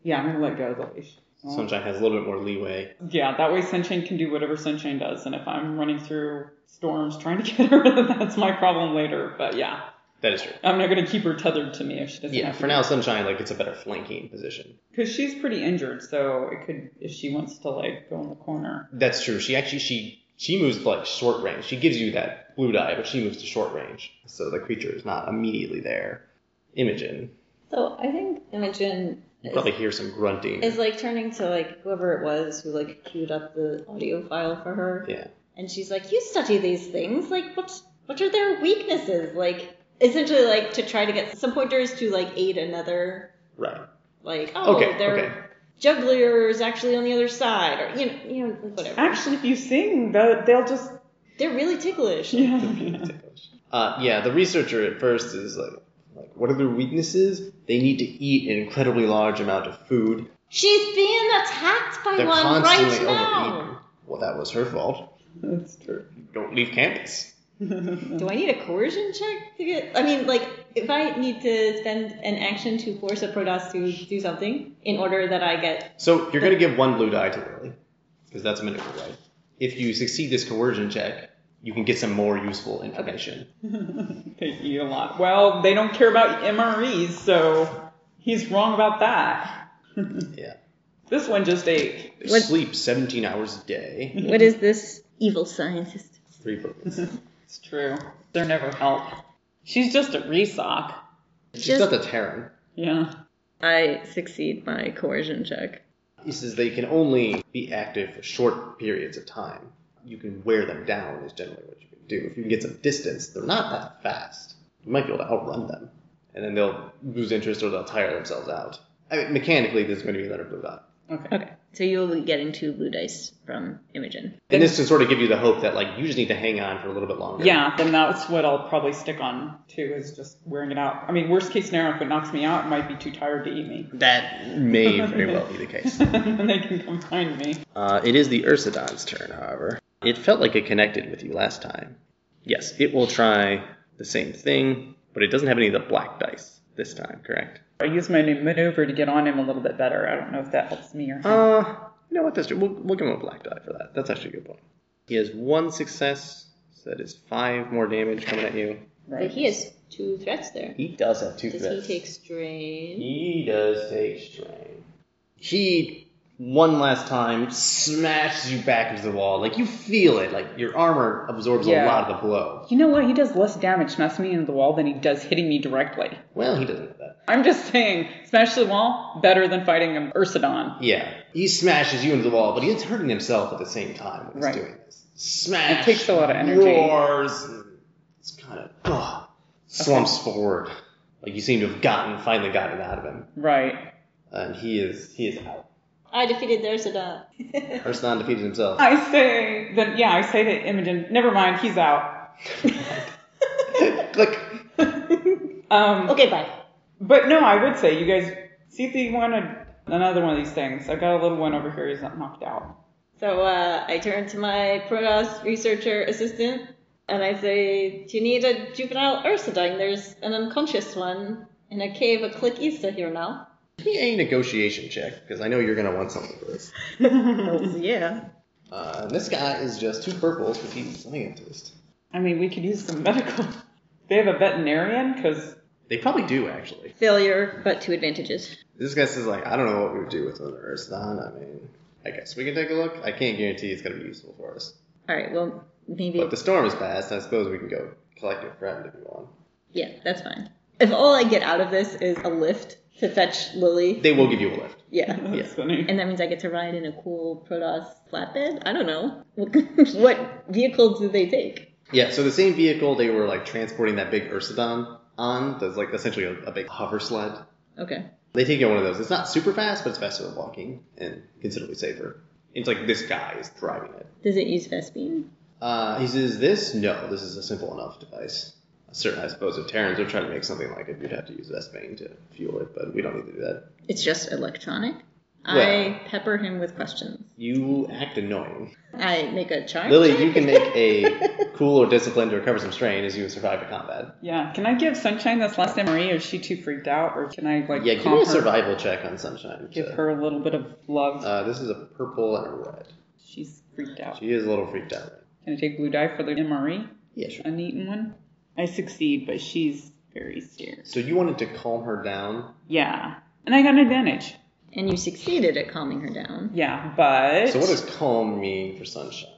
[SPEAKER 3] yeah, I'm gonna let go of the leash. Well,
[SPEAKER 2] Sunshine has a little bit more leeway.
[SPEAKER 3] Yeah, that way Sunshine can do whatever Sunshine does, and if I'm running through storms trying to <laughs> get her, then that's my problem later. But yeah,
[SPEAKER 2] That is true.
[SPEAKER 3] I'm not gonna keep her tethered to me if she doesn't.
[SPEAKER 2] Yeah. For now, sunshine like it's a better flanking position.
[SPEAKER 3] because she's pretty injured, so it could if she wants to like go in the corner.
[SPEAKER 2] That's true. She actually she she moves to, like short range. She gives you that blue die, but she moves to short range, so the creature is not immediately there. Imogen,
[SPEAKER 4] So I think Imogen
[SPEAKER 2] you
[SPEAKER 4] is,
[SPEAKER 2] probably hear some grunting.
[SPEAKER 4] is like turning to like whoever it was who like queued up the audio file for her,
[SPEAKER 2] yeah.
[SPEAKER 4] and she's like, "You study these things. Like, what what are their weaknesses? Like, essentially, like to try to get some pointers to like aid another.
[SPEAKER 2] Right.
[SPEAKER 4] Like, oh,
[SPEAKER 2] Okay,
[SPEAKER 4] their
[SPEAKER 2] okay.
[SPEAKER 4] juggler is actually on the other side, or you know, you know, like whatever.
[SPEAKER 3] Actually, if you sing, they'll, they'll just <laughs>
[SPEAKER 4] They're really ticklish.
[SPEAKER 3] yeah.
[SPEAKER 2] Uh, yeah. The researcher at first is like, like, what are their weaknesses? They need to eat an incredibly large amount of food.
[SPEAKER 4] She's being attacked by
[SPEAKER 2] They're
[SPEAKER 4] one right
[SPEAKER 2] constantly
[SPEAKER 4] now.
[SPEAKER 2] overeating. Well, that was her fault.
[SPEAKER 3] That's true. <laughs>
[SPEAKER 2] Don't leave campus.
[SPEAKER 4] Do I need a coercion check to get? I mean, like, if I need to spend an action to force a Protoss to do something in order that I get.
[SPEAKER 2] So you're going to give one blue die to Lily, because that's a maneuver, right? If you succeed this coercion check, you can get some more useful information.
[SPEAKER 3] They eat a lot. Well, they don't care about MREs, so he's wrong about that.
[SPEAKER 2] Yeah.
[SPEAKER 3] This one just ate.
[SPEAKER 2] They
[SPEAKER 4] What-
[SPEAKER 2] sleep 17 hours a day.
[SPEAKER 4] What is this evil scientist?
[SPEAKER 2] Three purples.
[SPEAKER 3] It's true. They're never help. She's just a resock.
[SPEAKER 2] She's not the Terran.
[SPEAKER 3] Yeah.
[SPEAKER 4] I succeed my coercion check.
[SPEAKER 2] He says they can only be active for short periods of time. You can wear them down is generally what you can do. If you can get some distance, they're not that fast. You might be able to outrun them. And then they'll lose interest or they'll tire themselves out. I mean, mechanically, there's going to be another blue dot.
[SPEAKER 3] Okay.
[SPEAKER 4] Okay, so you'll be getting two blue dice from Imogen.
[SPEAKER 2] And this can sort of give you the hope that like you just need to hang on for a little bit longer.
[SPEAKER 3] Yeah, then that's what I'll probably stick on too, is just wearing it out. I mean, worst case scenario, if it knocks me out, it might be too tired to eat me. <laughs>
[SPEAKER 2] That may very well be the case.
[SPEAKER 3] then they can come find me.
[SPEAKER 2] <laughs> Uh, it is the Ursidon's turn, however. It felt like it connected with you last time. Yes, it will try the same thing, but it doesn't have any of the black dice this time, correct?
[SPEAKER 3] I use my new maneuver to get on him a little bit better. I don't know if that helps me or
[SPEAKER 4] Oh,
[SPEAKER 3] him.
[SPEAKER 2] Uh, you know what? That's true. We'll, we'll give him a black die for that. That's actually a good point. He has one success, so that is five more damage coming at you.
[SPEAKER 4] But he has two threats there.
[SPEAKER 2] He does have two
[SPEAKER 4] Does he take strain?
[SPEAKER 2] He does take strain. He one last time smashes you back into the wall. Like you feel it. Like your armor absorbs
[SPEAKER 3] Yeah.
[SPEAKER 2] a lot of the blow.
[SPEAKER 3] You know what? He does less damage smashing me into the wall than he does hitting me directly.
[SPEAKER 2] Well, he doesn't know that.
[SPEAKER 3] I'm just saying, smash the wall better than fighting an Ursidon.
[SPEAKER 2] Yeah, he smashes you into the wall, but he's hurting himself at the same time when he's
[SPEAKER 3] Right.
[SPEAKER 2] doing this. Smash.
[SPEAKER 3] It takes a lot of energy.
[SPEAKER 2] Roars. and It's kind of ugh, slumps forward. Like you seem to have gotten finally gotten out of him,
[SPEAKER 3] Right.
[SPEAKER 2] and he is he is out.
[SPEAKER 4] I defeated the Ursula.
[SPEAKER 2] Ursan defeated himself.
[SPEAKER 3] I say that. Yeah, I say to Imogen, never mind, he's out.
[SPEAKER 2] <laughs> Click.
[SPEAKER 3] <laughs> Um,
[SPEAKER 4] okay, bye.
[SPEAKER 3] but no, I would say you guys see if you wanted another one of these things. I've got a little one over here. He's not knocked out.
[SPEAKER 4] So uh, I turn to my Protoss researcher assistant and I say, Do you need a juvenile Ursidine? There's an unconscious one in a cave a click east of here now.
[SPEAKER 2] Give me a negotiation check because I know you're gonna want something for this.
[SPEAKER 4] yeah.
[SPEAKER 2] Uh, and this guy is just two purples, but he's a scientist.
[SPEAKER 3] I mean, we could use some medical. <laughs> They have a veterinarian because
[SPEAKER 2] They probably do actually.
[SPEAKER 4] Failure, but two advantages.
[SPEAKER 2] This guy says like, I don't know what we would do with another Ursan. I mean, I guess we can take a look. I can't guarantee it's gonna be useful for us.
[SPEAKER 4] All right, well, Maybe.
[SPEAKER 2] But the storm is past. I suppose we can go collect your friend if you want.
[SPEAKER 4] yeah, that's fine. If all I get out of this is a lift to fetch Lily,
[SPEAKER 2] They will give you a lift. <laughs>
[SPEAKER 4] yeah.
[SPEAKER 3] That's funny.
[SPEAKER 4] And that means I get to ride in a cool Protoss flatbed? I don't know. <laughs> what vehicle do they take?
[SPEAKER 2] Yeah, so the same vehicle they were like transporting that big Ursadon on, there's like essentially a, a big hover sled.
[SPEAKER 4] Okay.
[SPEAKER 2] They take you on one of those. It's not super fast, but it's faster than walking and considerably safer. It's like this guy is driving it.
[SPEAKER 4] Does it use Vespine?
[SPEAKER 2] Uh, he says, "This? No, this is a simple enough device. Certain, I suppose, if Terrans are trying to make something like it, you'd have to use Vespane to fuel it, but we don't need to do that.
[SPEAKER 4] It's just electronic. I
[SPEAKER 2] Well-
[SPEAKER 4] pepper him with questions.
[SPEAKER 2] You act annoying,
[SPEAKER 4] I make a charm. check?
[SPEAKER 2] Lily. You can make a cool or disciplined to recover some strain as you survive a combat.
[SPEAKER 3] Yeah. Can I give Sunshine this last name, Marie? Is she too freaked out, or can I like
[SPEAKER 2] Yeah, give
[SPEAKER 3] calm
[SPEAKER 2] me a
[SPEAKER 3] her,
[SPEAKER 2] survival check on Sunshine.
[SPEAKER 3] give
[SPEAKER 2] to-
[SPEAKER 3] her a little bit of love?
[SPEAKER 2] Uh, this is a purple and a red.
[SPEAKER 3] She's freaked out.
[SPEAKER 2] She is a little freaked out.
[SPEAKER 3] Can I take blue dye for the MRE?
[SPEAKER 2] Yeah, sure.
[SPEAKER 3] Uneaten one. I succeed, but she's very scared.
[SPEAKER 2] So you wanted to calm her down.
[SPEAKER 3] Yeah. And I got an advantage.
[SPEAKER 4] And you succeeded at calming her down.
[SPEAKER 3] Yeah, but
[SPEAKER 2] So what does calm mean for Sunshine?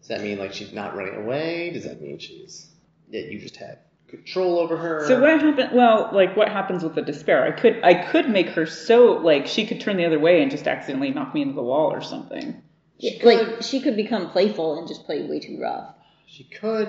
[SPEAKER 2] Does that mean like she's not running away? Does that mean she's that you just have control over her?
[SPEAKER 3] So what happened? Well, like what happens with the despair? I could I could make her so like she could turn the other way and just accidentally knock me into the wall or something.
[SPEAKER 4] Yeah, like, she could become playful and just play way too rough.
[SPEAKER 2] She could,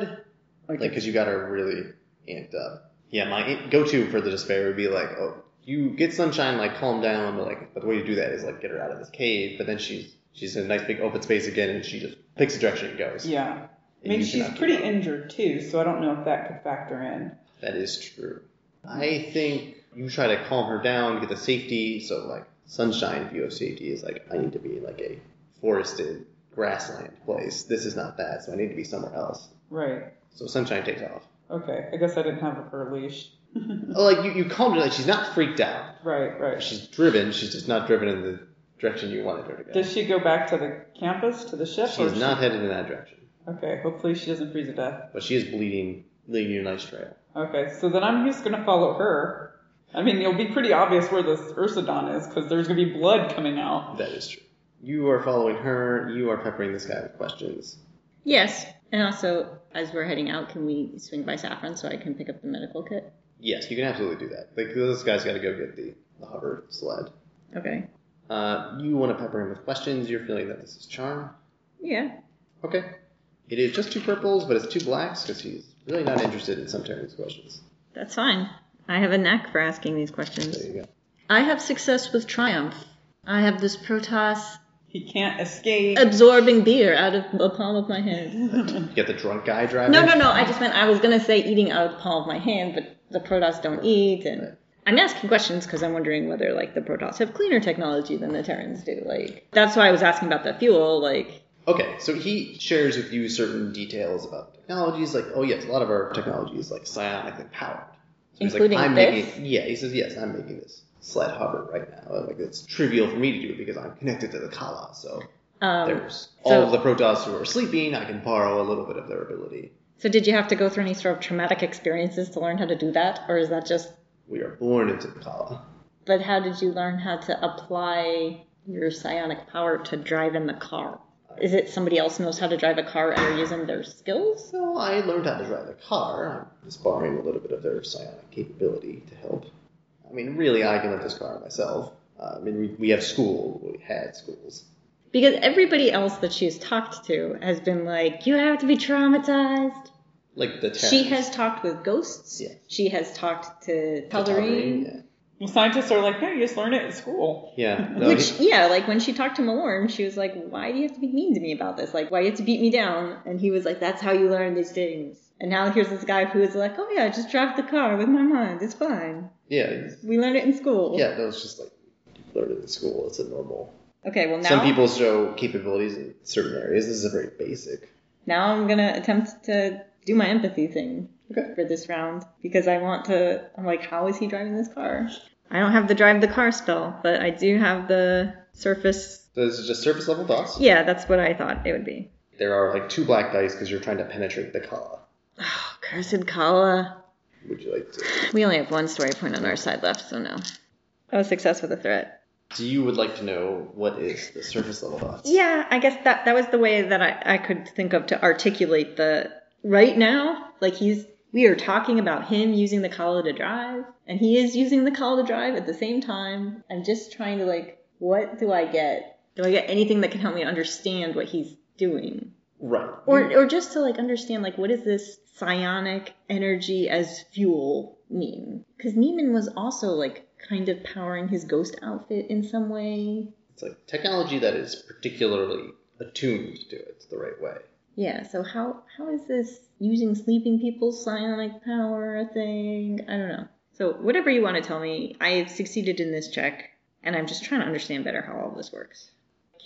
[SPEAKER 3] Like,
[SPEAKER 2] like, because you got her really amped up. Yeah, my go-to for the despair would be like, oh, you get sunshine, like calm down, but like, but the way you do that is like get her out of this cave. But then she's she's in a nice big open space again, and she just picks a direction and goes.
[SPEAKER 3] yeah, I
[SPEAKER 2] And
[SPEAKER 3] mean
[SPEAKER 2] you
[SPEAKER 3] she's
[SPEAKER 2] cannot do
[SPEAKER 3] pretty
[SPEAKER 2] that.
[SPEAKER 3] injured too, so I don't know if that could factor in.
[SPEAKER 2] That is true. I think you try to calm her down, get the safety. So like sunshine view of safety is like I need to be in like a forested grassland place. This is not that, so I need to be somewhere else.
[SPEAKER 3] Right.
[SPEAKER 2] So sunshine takes off.
[SPEAKER 3] Okay. I guess I didn't have her leash.
[SPEAKER 2] Like you, you calmed her. Like she's not freaked out.
[SPEAKER 3] Right. Right.
[SPEAKER 2] She's driven. She's just not driven in the direction you wanted her to go.
[SPEAKER 3] Does she go back to the campus to the ship? or
[SPEAKER 2] she's not headed in that direction,
[SPEAKER 3] Okay. Hopefully she doesn't freeze to death.
[SPEAKER 2] but she is bleeding, leading you a nice trail.
[SPEAKER 3] Okay. So then I'm just gonna follow her. I mean, it'll be pretty obvious where this Ursadon is because there's gonna be blood coming out.
[SPEAKER 2] That is true. You are following her. You are peppering this guy with questions.
[SPEAKER 4] Yes. And also, as we're heading out, can we swing by Saffron so I can pick up the medical kit?
[SPEAKER 2] Yes, you can absolutely do that. Like this guy's got to go get the, the hover sled.
[SPEAKER 4] Okay.
[SPEAKER 2] Uh, you want to pepper him with questions. You're feeling that this is charm.
[SPEAKER 4] Yeah.
[SPEAKER 2] Okay. It is just two purples, but it's two blacks because he's really not interested in some Terran's questions.
[SPEAKER 4] That's fine. I have a knack for asking these questions.
[SPEAKER 2] There you go.
[SPEAKER 4] I have success with Triumph. I have this Protoss
[SPEAKER 3] He can't escape.
[SPEAKER 4] absorbing beer out of the palm of my hand.
[SPEAKER 2] You got the drunk guy driving.
[SPEAKER 4] No, no, no. I just meant I was going to say eating out of the palm of my hand, but the Protoss don't eat. And I'm asking questions because I'm wondering whether, like, the Protoss have cleaner technology than the Terrans do. Like, that's why I was asking about the fuel. Like,
[SPEAKER 2] Okay, so he shares with you certain details about technologies, like oh yes, a lot of our technology is like psionic and powered. So
[SPEAKER 4] Including
[SPEAKER 2] like, I'm
[SPEAKER 4] this?
[SPEAKER 2] making yeah, he says, Yes, I'm making this sled hover right now. And, Like it's trivial for me to do because I'm connected to the Kala, so
[SPEAKER 4] um,
[SPEAKER 2] there's
[SPEAKER 4] so-
[SPEAKER 2] all of the Protoss who are sleeping, I can borrow a little bit of their ability.
[SPEAKER 4] so did you have to go through any sort of traumatic experiences to learn how to do that? Or is that just.
[SPEAKER 2] We are born into the Kala.
[SPEAKER 4] But how did you learn how to apply your psionic power to drive in the car? Is it somebody else knows how to drive a car and are using their skills?
[SPEAKER 2] So I learned how to drive a car. I'm just borrowing a little bit of their psionic capability to help. I mean, really, I can let this car myself. Uh, I mean, we, we have school, we had schools.
[SPEAKER 4] Because everybody else that she's talked to has been like, you have to be traumatized.
[SPEAKER 2] Like the
[SPEAKER 4] She
[SPEAKER 2] Terrans.
[SPEAKER 4] has talked with ghosts.
[SPEAKER 2] Yeah.
[SPEAKER 4] She has talked to
[SPEAKER 2] The
[SPEAKER 4] Tal'Darine.
[SPEAKER 2] Tal'Darine,
[SPEAKER 3] Well, scientists are like, no, you just learn it at school.
[SPEAKER 2] Yeah.
[SPEAKER 4] <laughs>
[SPEAKER 2] yeah. No,
[SPEAKER 4] Which,
[SPEAKER 2] he-
[SPEAKER 4] yeah, like when she talked to Malorn, she was like, Why do you have to be mean to me about this? Like, why do you have to beat me down? And he was like, That's how you learn these things. And now here's this guy who is like, Oh, yeah, I just drive the car with my mind. It's fine.
[SPEAKER 2] yeah, he's-
[SPEAKER 4] We learn it in school.
[SPEAKER 2] yeah, no, it's just like you learn it in school. It's a normal.
[SPEAKER 4] Okay, well, now,
[SPEAKER 2] Some people show capabilities in certain areas. This is a very basic.
[SPEAKER 4] now I'm going to attempt to do my empathy thing
[SPEAKER 2] Okay.
[SPEAKER 4] for this round because I want to. I'm like, How is he driving this car? I don't have the drive the car spell, but I do have the surface.
[SPEAKER 2] So this is just surface level thoughts.
[SPEAKER 4] Yeah, that's what I thought it would be.
[SPEAKER 2] There are like two black dice because you're trying to penetrate the Kala.
[SPEAKER 4] Oh, cursed Kala.
[SPEAKER 2] Would you like to?
[SPEAKER 4] We only have one story point on our side left, so no. I was success with a threat.
[SPEAKER 2] So you would like to know what is the surface level dots?
[SPEAKER 4] Yeah, I guess that that was the way that I, I could think of to articulate the right now. Like he's we are talking about him using the collar to drive, and he is using the collar to drive at the same time. I'm just trying to like, what do I get? Do I get anything that can help me understand what he's doing?
[SPEAKER 2] Right.
[SPEAKER 4] Or or just to like understand like what does this psionic energy as fuel mean? Because Neiman was also like kind of powering his ghost outfit in some way.
[SPEAKER 2] It's like technology that is particularly attuned to it the right way.
[SPEAKER 4] Yeah, so how how is this using sleeping people's psionic power a thing? I don't know. So whatever you want to tell me, I have succeeded in this check, and I'm just trying to understand better how all this works.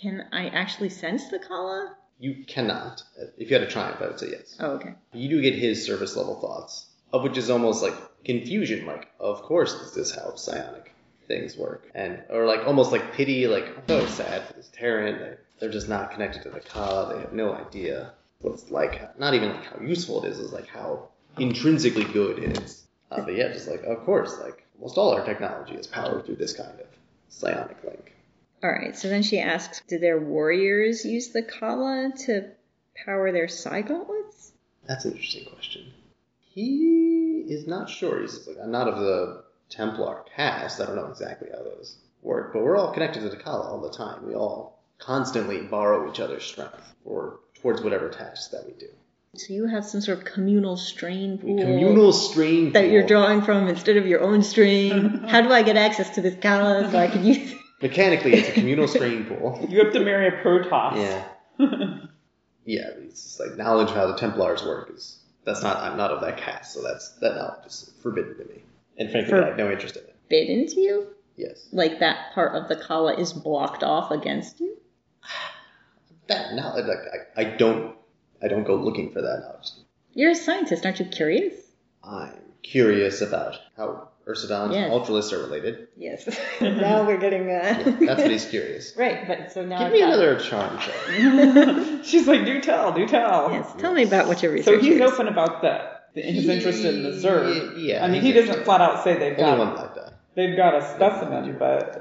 [SPEAKER 4] Can I actually sense the Kala?
[SPEAKER 2] You cannot. If you had a triumph, I would say yes.
[SPEAKER 4] Oh, okay.
[SPEAKER 2] You do get his surface level thoughts, of which is almost like confusion, like, of course this is how psionic things work. And or like almost like pity, like, oh so sad for this Terran, like, they're just not connected to the Kala, they have no idea what it's like. Not even like how useful it is, is like how intrinsically good it is. Uh, but yeah, just like of course, like almost all our technology is powered through this kind of psionic link.
[SPEAKER 4] All right. So then she asks, do their warriors use the Kala to power their psi gauntlets?
[SPEAKER 2] That's an interesting question. He is not sure. He's just like, I'm not of the Templar caste. I don't know exactly how those work, but we're all connected to the Kala all the time. We all constantly borrow each other's strength or towards whatever tasks that we do.
[SPEAKER 4] So you have some sort of communal strain pool
[SPEAKER 2] Communal strain
[SPEAKER 4] that you're
[SPEAKER 2] pool.
[SPEAKER 4] drawing from instead of your
[SPEAKER 2] <laughs>
[SPEAKER 4] own strain. how do I get access to this Kala so I can use it?
[SPEAKER 2] Mechanically, it's a communal strain
[SPEAKER 4] <laughs>
[SPEAKER 2] pool.
[SPEAKER 3] You have to marry a Protoss.
[SPEAKER 2] Yeah. Yeah, but it's just like knowledge of how the Templars work is that's not I'm not of that caste, so that's that knowledge is forbidden to me. And frankly,
[SPEAKER 4] For-
[SPEAKER 2] I have no interest in it.
[SPEAKER 4] Bid into you?
[SPEAKER 2] Yes,
[SPEAKER 4] Like that part of the Kala is blocked off against you?
[SPEAKER 2] that knowledge like, I, I don't I don't go looking for that knowledge.
[SPEAKER 4] You're a scientist, aren't you curious?
[SPEAKER 2] I'm curious about how Ursidons and
[SPEAKER 4] Yes.
[SPEAKER 2] Ultralists are
[SPEAKER 4] <laughs>
[SPEAKER 2] related.
[SPEAKER 4] Yes. now we're getting that. <laughs>
[SPEAKER 2] That's what he's curious.
[SPEAKER 4] right, but so now
[SPEAKER 2] Give
[SPEAKER 4] I've
[SPEAKER 2] me
[SPEAKER 4] got-
[SPEAKER 2] another charm check.
[SPEAKER 3] <laughs> She's like, do tell, do tell.
[SPEAKER 4] Yes, tell me about what your
[SPEAKER 3] So
[SPEAKER 4] research
[SPEAKER 3] he's
[SPEAKER 4] is.
[SPEAKER 3] open about that. the- His interest in the Zerg.
[SPEAKER 2] He- yeah,
[SPEAKER 3] I mean,
[SPEAKER 2] he's
[SPEAKER 3] he doesn't
[SPEAKER 2] interested.
[SPEAKER 3] flat out say they've got
[SPEAKER 2] Anyone like that?
[SPEAKER 3] they've got a specimen, but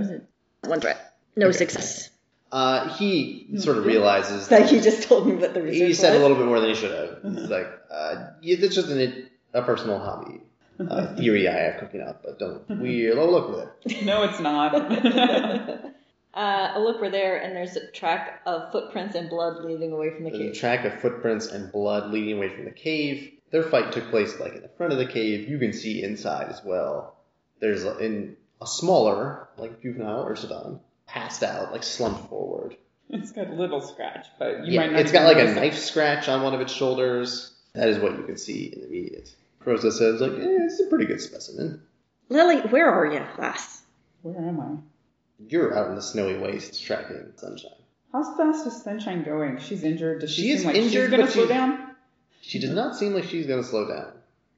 [SPEAKER 4] One threat. No success.
[SPEAKER 2] Uh, he sort of realizes
[SPEAKER 4] <laughs> Like you just told me what the research
[SPEAKER 2] he said a
[SPEAKER 4] was.
[SPEAKER 2] little bit more than he should have. He's like, uh, yeah, that's just an, a personal hobby
[SPEAKER 4] <laughs>
[SPEAKER 2] uh, theory I have cooking up, but don't we all look with it.
[SPEAKER 3] no, it's <laughs> not.
[SPEAKER 4] Uh, a look, we're there, and there's a track of footprints and blood leading away from the
[SPEAKER 2] There's a
[SPEAKER 4] cave.
[SPEAKER 2] track of footprints and blood leading away from the cave. Their fight took place like in the front of the cave. You can see inside as well. There's a, in a smaller, like juvenile Ursidon, passed out, like slumped forward.
[SPEAKER 3] it's got a little scratch, but you
[SPEAKER 2] Yeah,
[SPEAKER 3] might not.
[SPEAKER 2] it's got like a
[SPEAKER 3] notice
[SPEAKER 2] knife scratch on one of its shoulders. That is what you can see in the immediate. Rosa says, like, eh, it's a pretty good specimen.
[SPEAKER 4] Lily, where are you, lass?
[SPEAKER 3] it. Where am I?
[SPEAKER 2] You're out in the snowy waste tracking sunshine.
[SPEAKER 3] How fast is Sunshine going? She's injured. Does she,
[SPEAKER 2] She
[SPEAKER 3] seem
[SPEAKER 2] is
[SPEAKER 3] like
[SPEAKER 2] injured,
[SPEAKER 3] she's gonna
[SPEAKER 2] but
[SPEAKER 3] slow
[SPEAKER 2] she-
[SPEAKER 3] down?
[SPEAKER 2] She does not seem like she's going to slow down.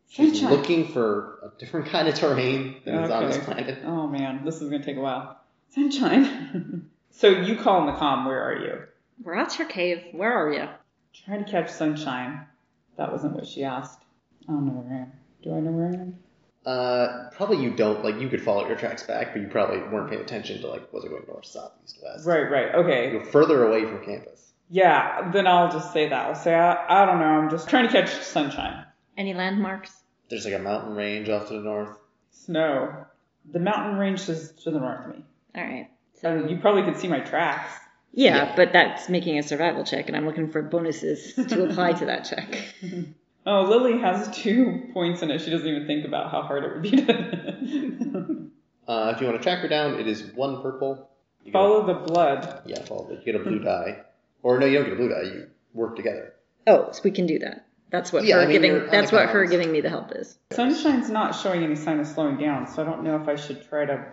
[SPEAKER 2] She's
[SPEAKER 3] Sunshine.
[SPEAKER 2] looking for a different <laughs> kind of terrain than is on this
[SPEAKER 3] Okay.
[SPEAKER 2] planet.
[SPEAKER 3] Oh man, this is gonna take a while. Sunshine. <laughs> so you call in the comm. Where are you?
[SPEAKER 4] We're at your cave. Where are you?
[SPEAKER 3] Trying to catch Sunshine. That wasn't what she asked. I don't know where I am. Do I know where I am?
[SPEAKER 2] Uh, probably you don't like. You could follow your tracks back, but you probably weren't paying attention to like was it going north, south, east, west.
[SPEAKER 3] Right, right. Okay.
[SPEAKER 2] You're further away from campus.
[SPEAKER 3] Yeah, then I'll just say that. I'll say, I, I don't know, I'm just trying to catch sunshine.
[SPEAKER 4] Any landmarks?
[SPEAKER 2] There's like a mountain range off to the north.
[SPEAKER 3] Snow. The mountain range is to the north of me.
[SPEAKER 4] All right.
[SPEAKER 3] So you probably could see my tracks.
[SPEAKER 4] Yeah,
[SPEAKER 2] Yeah.
[SPEAKER 4] but that's making a survival check, and I'm looking for bonuses to apply to that check. <laughs>
[SPEAKER 3] Oh, Lily has two <laughs> points in it. She doesn't even think about how hard it would be to <laughs>
[SPEAKER 2] Uh, if you want to track her down, it is one purple. You get a-
[SPEAKER 3] follow the blood.
[SPEAKER 2] Yeah, follow the, you get a blue die, or no, you don't get a blue die. You work together.
[SPEAKER 4] Oh, so we can do that. That's what
[SPEAKER 2] Yeah,
[SPEAKER 4] her
[SPEAKER 2] I mean, you're
[SPEAKER 4] giving.
[SPEAKER 2] on
[SPEAKER 4] That's
[SPEAKER 2] the
[SPEAKER 4] what her
[SPEAKER 2] grounds.
[SPEAKER 4] giving me the help is.
[SPEAKER 3] Sunshine's not showing any sign of slowing down, so I don't know if I should try to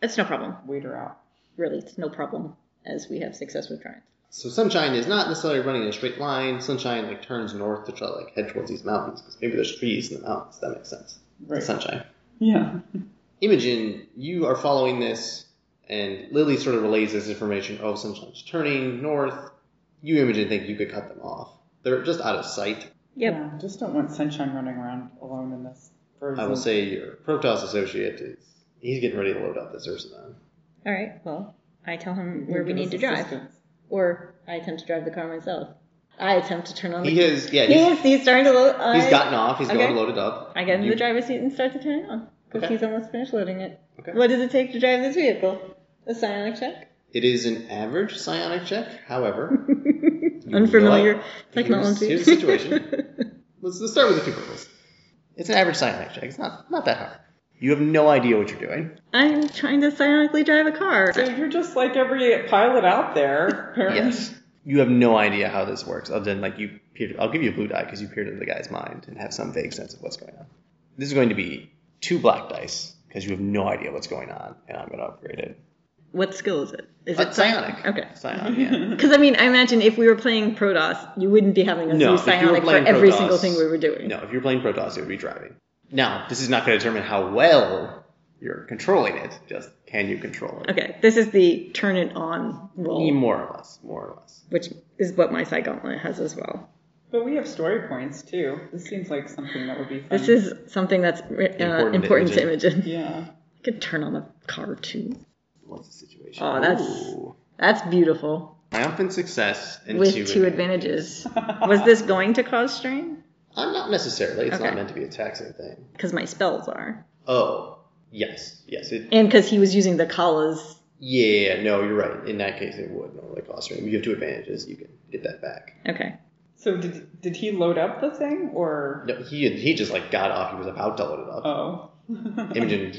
[SPEAKER 4] It's no problem.
[SPEAKER 3] wait her out.
[SPEAKER 4] Really, it's no problem, as we have success with trying.
[SPEAKER 2] So sunshine is not necessarily running in a straight line. Sunshine like turns north to try to like head towards these mountains because maybe there's trees in the mountains. That makes sense.
[SPEAKER 3] Right.
[SPEAKER 2] Sunshine.
[SPEAKER 3] Yeah.
[SPEAKER 2] Imogen, you are following this, and Lily sort of relays this information. Oh, Sunshine's turning north. You, Imogen, think you could cut them off. They're just out of sight.
[SPEAKER 4] Yep.
[SPEAKER 3] Yeah, just don't want sunshine running around alone in this. <laughs>
[SPEAKER 4] Mm-hmm.
[SPEAKER 2] I will say your Protoss associate is he's getting ready to load up this Ursinine.
[SPEAKER 4] All right. Well, I tell him where we
[SPEAKER 3] Give
[SPEAKER 4] need
[SPEAKER 3] us
[SPEAKER 4] to drive,
[SPEAKER 3] assistance.
[SPEAKER 4] or I attempt to drive the car myself. I attempt to turn on the. <laughs>
[SPEAKER 2] He is, yeah,
[SPEAKER 4] He
[SPEAKER 2] he's,
[SPEAKER 4] is. He's starting to load. I,
[SPEAKER 2] he's gotten off. He's
[SPEAKER 4] Okay.
[SPEAKER 2] going loaded up.
[SPEAKER 4] I get in
[SPEAKER 2] You-
[SPEAKER 4] the driver's seat and start to turn it on because
[SPEAKER 2] Okay.
[SPEAKER 4] he's almost finished loading it.
[SPEAKER 2] Okay.
[SPEAKER 4] What does it take to drive this vehicle? A psionic check.
[SPEAKER 2] It is an average psionic check,
[SPEAKER 4] <laughs>
[SPEAKER 2] however. you
[SPEAKER 4] Unfamiliar
[SPEAKER 2] know what?
[SPEAKER 4] technology.
[SPEAKER 2] Here's, here's the situation. let's, let's start with the two purples. It's an average psionic check. It's not, not that hard. You have no idea what you're doing.
[SPEAKER 4] <laughs> I'm trying to psionically drive a car.
[SPEAKER 3] So you're just like every pilot out there, <laughs> apparently.
[SPEAKER 2] Yes. You have no idea how this works, other than like you peered. I'll give you a blue die because you peered into the guy's mind and have some vague sense of what's going on. This is going to be two black dice because you have no idea what's going on, and I'm going to upgrade it.
[SPEAKER 4] What skill is it? Is
[SPEAKER 2] Uh,
[SPEAKER 4] it
[SPEAKER 2] psionic.
[SPEAKER 4] Okay. <laughs>
[SPEAKER 2] Psionic. Yeah.
[SPEAKER 4] Because I mean, I imagine if we were playing Protoss, you wouldn't be having us
[SPEAKER 2] No,
[SPEAKER 4] use
[SPEAKER 2] if you were
[SPEAKER 4] psionic for
[SPEAKER 2] playing
[SPEAKER 4] every
[SPEAKER 2] Protoss,
[SPEAKER 4] single thing we were doing.
[SPEAKER 2] no, if you're playing Protoss, it would be driving. Now, this is not going to determine how well you're controlling it. Just can you control it?
[SPEAKER 4] Okay, this is the turn it on roll,
[SPEAKER 2] More or less. More or less.
[SPEAKER 4] which is what my Psy Gauntlet has as well.
[SPEAKER 3] But we have story points too. This seems like something that would be fun.
[SPEAKER 4] This is something that's uh, important,
[SPEAKER 2] Um, Important to
[SPEAKER 4] to Imogen.
[SPEAKER 3] yeah.
[SPEAKER 4] I <laughs> could turn on the car too.
[SPEAKER 2] What's the situation?
[SPEAKER 4] Oh, that's- That's beautiful.
[SPEAKER 2] triumphant success and
[SPEAKER 4] With
[SPEAKER 2] two,
[SPEAKER 4] two
[SPEAKER 2] advantages. <laughs>
[SPEAKER 4] advantages. Was this going to cause strain?
[SPEAKER 2] Uh, not necessarily. It's
[SPEAKER 4] Okay.
[SPEAKER 2] not meant to be a taxing thing.
[SPEAKER 4] Because my spells are.
[SPEAKER 2] Oh, yes, yes. It,
[SPEAKER 4] And because he was using the Kalas.
[SPEAKER 2] yeah, no, you're right. In that case, it would normally cost you. You have two advantages. You can get that back.
[SPEAKER 4] Okay.
[SPEAKER 3] So did did he load up the thing or
[SPEAKER 2] No, he he just like got off. He was about to load it up.
[SPEAKER 3] oh?
[SPEAKER 2] Imogen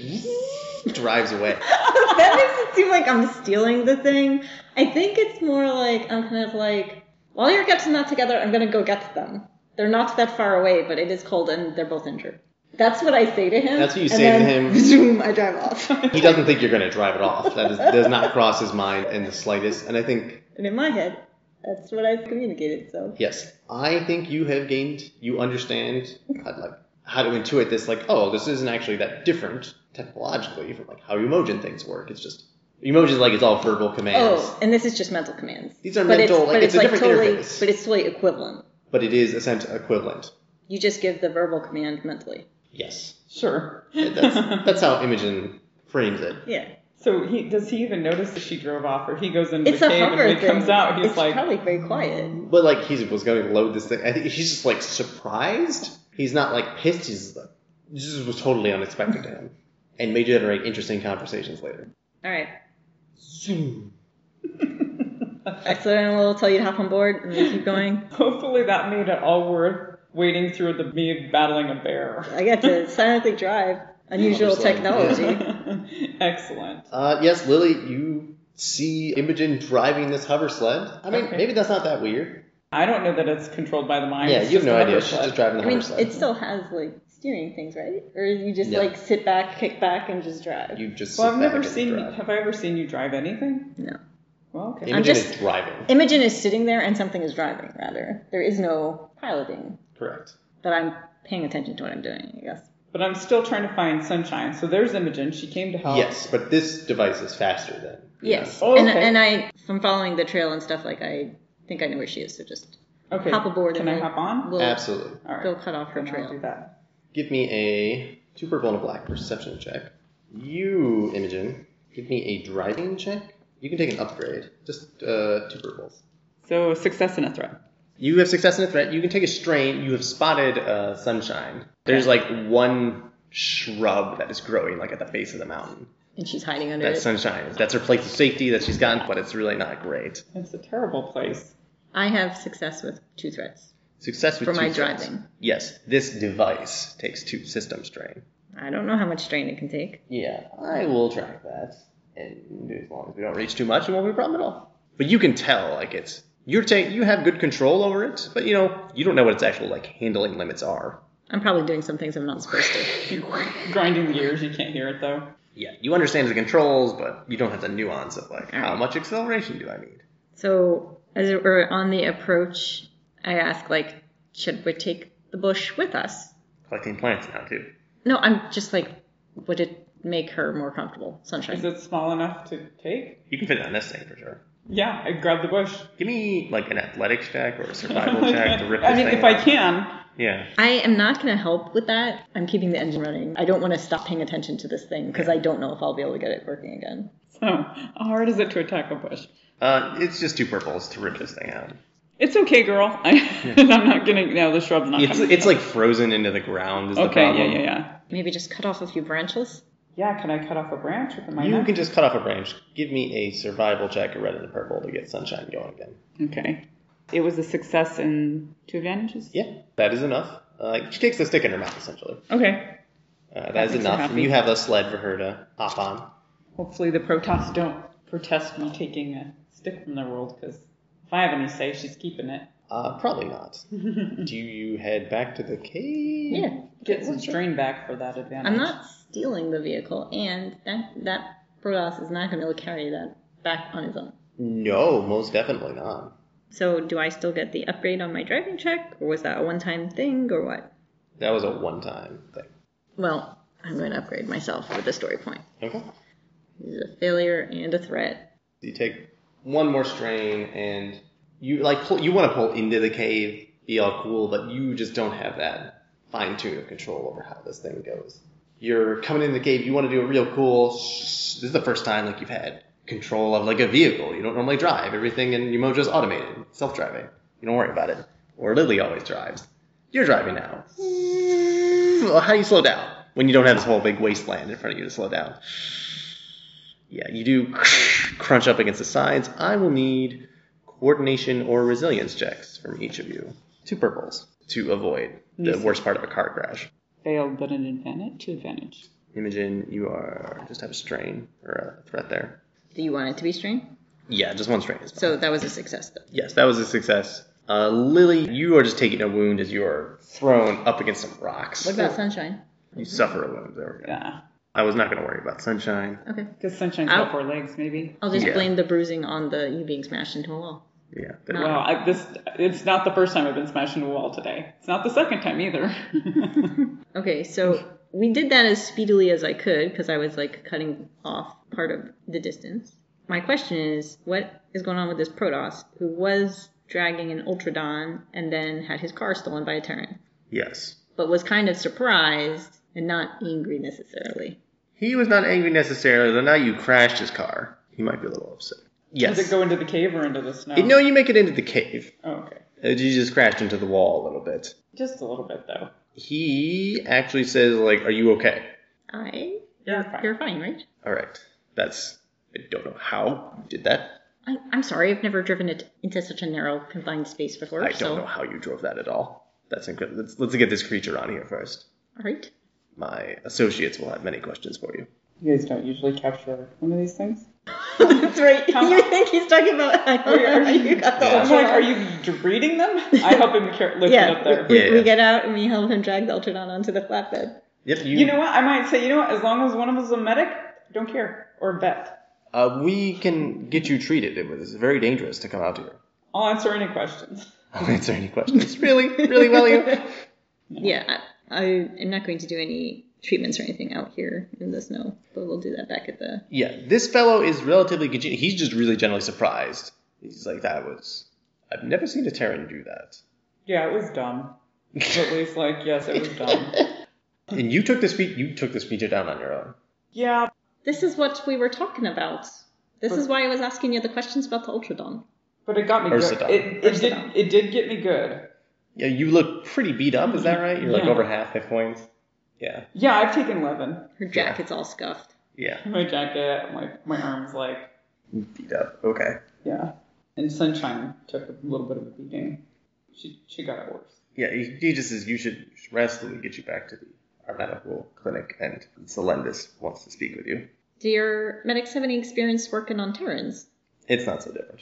[SPEAKER 2] drives away.
[SPEAKER 4] <laughs> that makes it seem like I'm stealing the thing. I think it's more like I'm kind of like, while you're getting that together, I'm going to go get them. They're not that far away, but it is cold and they're both injured. That's what I say to him.
[SPEAKER 2] That's what you
[SPEAKER 4] and
[SPEAKER 2] say to
[SPEAKER 4] then
[SPEAKER 2] him.
[SPEAKER 4] <laughs> Zoom, I drive off. <laughs>
[SPEAKER 2] He doesn't think you're going to drive it off. That is, does not cross his mind in the slightest. And I think
[SPEAKER 4] and in my head, that's what I communicated. So
[SPEAKER 2] Yes, I think you have gained. You understand how, like how to intuit this. Like, oh, this isn't actually that different technologically from like how emojin things work. It's just emojin like it's all verbal commands,
[SPEAKER 4] Oh, and this is just mental commands.
[SPEAKER 2] These are
[SPEAKER 4] But it's-
[SPEAKER 2] mental, like,
[SPEAKER 4] but
[SPEAKER 2] it's a different
[SPEAKER 4] totally,
[SPEAKER 2] interface.
[SPEAKER 4] But it's totally equivalent.
[SPEAKER 2] but it is a sense equivalent.
[SPEAKER 4] You just give the verbal command mentally.
[SPEAKER 2] Yes,
[SPEAKER 3] <laughs> Sure.
[SPEAKER 2] that's that's how Imogen frames it.
[SPEAKER 4] Yeah.
[SPEAKER 3] <laughs> So he does he even notice that she drove off or he goes into
[SPEAKER 4] It's
[SPEAKER 3] the
[SPEAKER 4] a
[SPEAKER 3] cave and
[SPEAKER 4] hover
[SPEAKER 3] when he
[SPEAKER 4] thing.
[SPEAKER 3] comes out he's
[SPEAKER 4] it's
[SPEAKER 3] like
[SPEAKER 4] probably very quiet.
[SPEAKER 2] But like he was going to load this thing. I think he's just like surprised. He's not like pissed. He's just like this is- was totally unexpected to him, and may generate interesting conversations later.
[SPEAKER 4] All right.
[SPEAKER 2] Zoom.
[SPEAKER 4] I so then we'll tell you to hop on board and we keep going.
[SPEAKER 3] <laughs> hopefully that made it all worth waiting through the me battling a bear.
[SPEAKER 4] I got to silently drive. Unusual
[SPEAKER 2] Just like-
[SPEAKER 4] technology.
[SPEAKER 3] <laughs> Excellent.
[SPEAKER 2] Uh, yes, Lily, you see Imogen driving this hover sled. I mean,
[SPEAKER 3] Okay.
[SPEAKER 2] maybe that's not that weird.
[SPEAKER 3] I don't know that it's controlled by the mind.
[SPEAKER 2] yeah,
[SPEAKER 3] It's
[SPEAKER 2] you have
[SPEAKER 3] just
[SPEAKER 2] no
[SPEAKER 3] an
[SPEAKER 2] idea.
[SPEAKER 3] upper
[SPEAKER 2] She's
[SPEAKER 3] sled.
[SPEAKER 2] just driving the
[SPEAKER 4] I mean,
[SPEAKER 2] hover sled.
[SPEAKER 4] it still has like steering things, right? Or you just
[SPEAKER 2] No.
[SPEAKER 4] like sit back, kick back, and just drive.
[SPEAKER 2] You just.
[SPEAKER 3] Well,
[SPEAKER 2] sit
[SPEAKER 3] I've
[SPEAKER 2] back
[SPEAKER 3] never
[SPEAKER 2] and
[SPEAKER 3] seen.
[SPEAKER 2] drive.
[SPEAKER 3] Have I ever seen you drive anything?
[SPEAKER 4] No.
[SPEAKER 3] Well, okay.
[SPEAKER 2] Imogen
[SPEAKER 4] just-
[SPEAKER 2] is driving.
[SPEAKER 4] Imogen is sitting there and something is driving. Rather, there is no piloting.
[SPEAKER 2] Correct.
[SPEAKER 4] But I'm paying attention to what I'm doing. I guess.
[SPEAKER 3] But I'm still trying to find sunshine. So there's Imogen. She came to help.
[SPEAKER 2] Oh. Yes, but this device is faster than.
[SPEAKER 4] Yes.
[SPEAKER 3] Oh,
[SPEAKER 4] and,
[SPEAKER 3] okay.
[SPEAKER 4] and I, from following the trail and stuff, like I think I know where she is. So just
[SPEAKER 3] Okay.
[SPEAKER 4] hop aboard.
[SPEAKER 3] Can
[SPEAKER 4] and
[SPEAKER 3] I hop on?
[SPEAKER 4] We'll,
[SPEAKER 2] Absolutely.
[SPEAKER 3] All right.
[SPEAKER 4] We'll cut off her
[SPEAKER 3] Then I'll
[SPEAKER 4] trail.
[SPEAKER 3] do that.
[SPEAKER 2] Give me a two purple and a black perception check. You, Imogen, give me a driving check. You can take an upgrade. Just uh, two purples.
[SPEAKER 3] So a success and a threat.
[SPEAKER 2] You have success in a threat. You can take a strain. You have spotted uh, sunshine. There's like one shrub that is growing like at the base of the mountain.
[SPEAKER 4] And she's hiding under
[SPEAKER 2] That's
[SPEAKER 4] it.
[SPEAKER 2] sunshine. That's her place of safety that she's gotten, but it's really not great.
[SPEAKER 3] It's a terrible place.
[SPEAKER 4] I have success with two threats.
[SPEAKER 2] Success with
[SPEAKER 4] For
[SPEAKER 2] two
[SPEAKER 4] my
[SPEAKER 2] threats.
[SPEAKER 4] driving.
[SPEAKER 2] Yes, this device takes two system strain.
[SPEAKER 4] I don't know how much strain it can take.
[SPEAKER 2] Yeah, I will track that, and as long as we don't reach too much, it won't be a problem at all. But you can tell like it's you're ta- you have good control over it, but you know you don't know what its actual like handling limits are.
[SPEAKER 4] I'm probably doing some things I'm not supposed to.
[SPEAKER 3] Grinding the ears. You can't hear it though.
[SPEAKER 2] Yeah, you understand the controls, but you don't have the nuance of like how much acceleration do I need?
[SPEAKER 4] So as we're on the approach, I ask like, should we take the bush with us?
[SPEAKER 5] Collecting plants now too.
[SPEAKER 4] No, I'm just like, would it make her more comfortable? Sunshine.
[SPEAKER 3] Is it small enough to take?
[SPEAKER 5] You can fit it on this thing for sure.
[SPEAKER 3] Yeah. I grab the bush. <laughs>
[SPEAKER 5] Give me like an athletics check or a survival check to rip this
[SPEAKER 3] I mean,
[SPEAKER 5] thing
[SPEAKER 3] if I
[SPEAKER 5] off.
[SPEAKER 3] can,
[SPEAKER 2] Yeah.
[SPEAKER 4] I am not going to help with that. I'm keeping the engine running. I don't want to stop paying attention to this thing because I don't know if I'll be able to get it working again.
[SPEAKER 3] So, how hard is it to attack a bush?
[SPEAKER 2] Uh, it's just two purples to rip this thing out.
[SPEAKER 3] It's okay, girl. <laughs> I, I'm not gonna. No, the shrub's not.
[SPEAKER 2] It's
[SPEAKER 3] coming.
[SPEAKER 2] it's like frozen into the ground is the
[SPEAKER 3] okay.
[SPEAKER 2] problem.
[SPEAKER 3] Yeah, yeah, yeah.
[SPEAKER 4] Maybe just cut off a few branches.
[SPEAKER 3] Yeah. Can I cut off a branch with my
[SPEAKER 2] You
[SPEAKER 3] knife?
[SPEAKER 2] can just cut off a branch. Give me a survival check, a red and a purple, to get sunshine going again.
[SPEAKER 3] Okay. It was a success and two advantages.
[SPEAKER 2] Yeah, that is enough. Uh, she takes the stick in her mouth, essentially.
[SPEAKER 3] Okay.
[SPEAKER 2] Uh, that
[SPEAKER 3] That
[SPEAKER 2] is
[SPEAKER 3] makes her
[SPEAKER 2] enough.
[SPEAKER 3] happy.
[SPEAKER 2] You have a sled for her to hop on.
[SPEAKER 3] Hopefully the Protoss don't protest me taking a stick from their world because if I have any say, she's keeping it.
[SPEAKER 2] Uh, probably not. Do you head back to the cave?
[SPEAKER 4] Yeah.
[SPEAKER 3] Get some strain back for that advantage.
[SPEAKER 4] I'm not stealing the vehicle, and that that Protoss is not going to be able to carry that back on his own.
[SPEAKER 2] No, most definitely not.
[SPEAKER 4] So, do I still get the upgrade on my driving check, or was that a one-time thing, or what?
[SPEAKER 2] That was a one-time thing.
[SPEAKER 4] Well, I'm going to upgrade myself with a story point.
[SPEAKER 2] Okay.
[SPEAKER 4] This is a failure and a threat.
[SPEAKER 2] You take one more strain, and you like pull, you want to pull into the cave, be all cool, but you just don't have that fine tune of control over how this thing goes. You're coming in the cave. You want to do a real cool. Sh- this is the first time like you've had control of like a vehicle. You don't normally drive. Everything in Umojo's automated, self-driving. You don't worry about it. Or Lily always drives. You're driving now. Well, how do you slow down when you don't have this whole big wasteland in front of you to slow down? Yeah, you do <laughs> crunch up against the sides. I will need coordination or resilience checks from each of you. Two purples to avoid the
[SPEAKER 3] Yes.
[SPEAKER 2] worst part of a car crash.
[SPEAKER 3] failed, but an advantage. Two advantage.
[SPEAKER 2] Imogen, you are just have a strain or a threat there.
[SPEAKER 4] Do you want it to be strained?
[SPEAKER 2] Yeah, just one strain is fine.
[SPEAKER 4] So that was a success, though.
[SPEAKER 2] yes, that was a success. Uh, Lily, you are just taking a wound as you are thrown up against some rocks.
[SPEAKER 4] What about sunshine?
[SPEAKER 2] You suffer a wound. There we go.
[SPEAKER 3] Yeah.
[SPEAKER 2] I was not going to worry about sunshine.
[SPEAKER 4] Okay,
[SPEAKER 3] Because Sunshine's
[SPEAKER 4] Ow.
[SPEAKER 3] got four legs, maybe.
[SPEAKER 4] I'll just
[SPEAKER 2] Yeah.
[SPEAKER 4] blame the bruising on the you being smashed into a wall.
[SPEAKER 2] Yeah. there we
[SPEAKER 3] Wow, I, this it's not the first time I've been smashed into a wall today. It's not the second time either. <laughs>
[SPEAKER 4] Okay, so we did that as speedily as I could because I was like cutting off part of the distance. My question is, what is going on with this Protoss who was dragging an Ultradon and then had his car stolen by a Terran,
[SPEAKER 2] Yes.
[SPEAKER 4] but was kind of surprised and not angry necessarily?
[SPEAKER 2] He was not angry necessarily, though now you crashed his car. He might be a little upset. Yes.
[SPEAKER 3] Does it go into the cave or into the snow?
[SPEAKER 2] No, you make it into the cave.
[SPEAKER 3] Oh, okay.
[SPEAKER 2] Uh, You just crashed into the wall a little bit.
[SPEAKER 3] Just a little bit though.
[SPEAKER 2] He actually says, like, are you okay?
[SPEAKER 4] I,
[SPEAKER 3] You're fine.
[SPEAKER 4] you're fine, right?
[SPEAKER 2] All right. That's, I don't know how you did that.
[SPEAKER 4] I, I'm sorry, I've never driven it into such a narrow confined space before.
[SPEAKER 2] I don't
[SPEAKER 4] so,
[SPEAKER 2] know how you drove that at all. That's incredible. Let's, let's get this creature on here first.
[SPEAKER 4] all right.
[SPEAKER 2] My associates will have many questions for you.
[SPEAKER 3] You guys don't usually capture one of these things.
[SPEAKER 4] <laughs> That's right. <laughs> You think he's talking about? I don't know how you got the
[SPEAKER 2] Yeah.
[SPEAKER 3] I'm like, are you breeding <laughs> them? I help him car- lift
[SPEAKER 4] Yeah,
[SPEAKER 3] it up there.
[SPEAKER 4] we,
[SPEAKER 2] Yeah,
[SPEAKER 4] we
[SPEAKER 2] yeah.
[SPEAKER 4] get out and we help him drag the Ultradon onto the flatbed.
[SPEAKER 2] Yep, you,
[SPEAKER 3] You know what? I might say, you know what? As long as one of us is a medic, don't care or a vet.
[SPEAKER 2] uh, we can get you treated. It was very dangerous to come out here. <laughs>
[SPEAKER 3] I'll answer any questions.
[SPEAKER 2] I'll answer any questions. really? Really, William?
[SPEAKER 4] Yeah, I, I am not going to do any treatments or anything out here in the snow, but we'll do that back at the.
[SPEAKER 2] Yeah, this fellow is relatively good. He's just really generally surprised. He's like, that was. I've never seen a Terran do that.
[SPEAKER 3] Yeah, it was dumb. At least, like, yes, it was dumb. <laughs>
[SPEAKER 2] And you took this fe- you took this feature down on your own.
[SPEAKER 3] Yeah,
[SPEAKER 4] This is what we were talking about. This is why I was asking you the questions about the Ultradon.
[SPEAKER 3] but it got me
[SPEAKER 2] Ursula.
[SPEAKER 3] good. It, it did.
[SPEAKER 4] Ursula.
[SPEAKER 3] It did get me good.
[SPEAKER 2] Yeah, you look pretty beat up. Is that right? You're like
[SPEAKER 3] Yeah.
[SPEAKER 2] over half hit points. Yeah,
[SPEAKER 3] Yeah, I've taken eleven.
[SPEAKER 4] Her jacket's all scuffed.
[SPEAKER 2] yeah,
[SPEAKER 3] My jacket, like my arms, like
[SPEAKER 2] beat up. Okay.
[SPEAKER 3] yeah. And Sunshine took a little bit of a beating. She she got it worse.
[SPEAKER 2] Yeah, he, he just says you should rest, and we get you back to the our medical clinic, and Celendis wants to speak with you.
[SPEAKER 4] Do your medics have any experience working on Terrans?
[SPEAKER 2] It's not so different.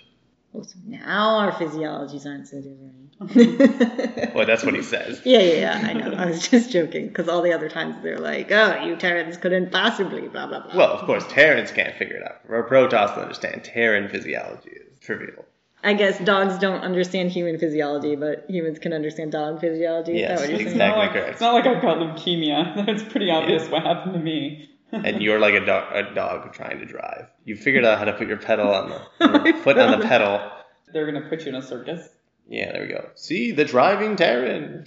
[SPEAKER 4] Oh, so now our physiologies aren't so <laughs> different.
[SPEAKER 2] Well, that's what he says.
[SPEAKER 4] yeah, yeah, yeah. I know. I was just joking because all the other times they're like, "Oh, you Terrans couldn't possibly," blah blah blah.
[SPEAKER 2] Well, of course, Terrans can't figure it out. Or Protoss will understand. Terran physiology is trivial.
[SPEAKER 4] I guess dogs don't understand human physiology, but humans can understand dog physiology. Is
[SPEAKER 2] Yes,
[SPEAKER 4] that what you're saying?
[SPEAKER 2] exactly.
[SPEAKER 3] Not like-
[SPEAKER 2] correct.
[SPEAKER 3] It's not like I've got leukemia. <laughs> It's pretty obvious what happened to me.
[SPEAKER 2] and you're like a, dog, a dog trying to drive.
[SPEAKER 4] <laughs>
[SPEAKER 2] You figured out how to put your pedal on the your foot on the pedal.
[SPEAKER 3] They're gonna put you in a circus.
[SPEAKER 2] Yeah, there we go. See the driving Terran.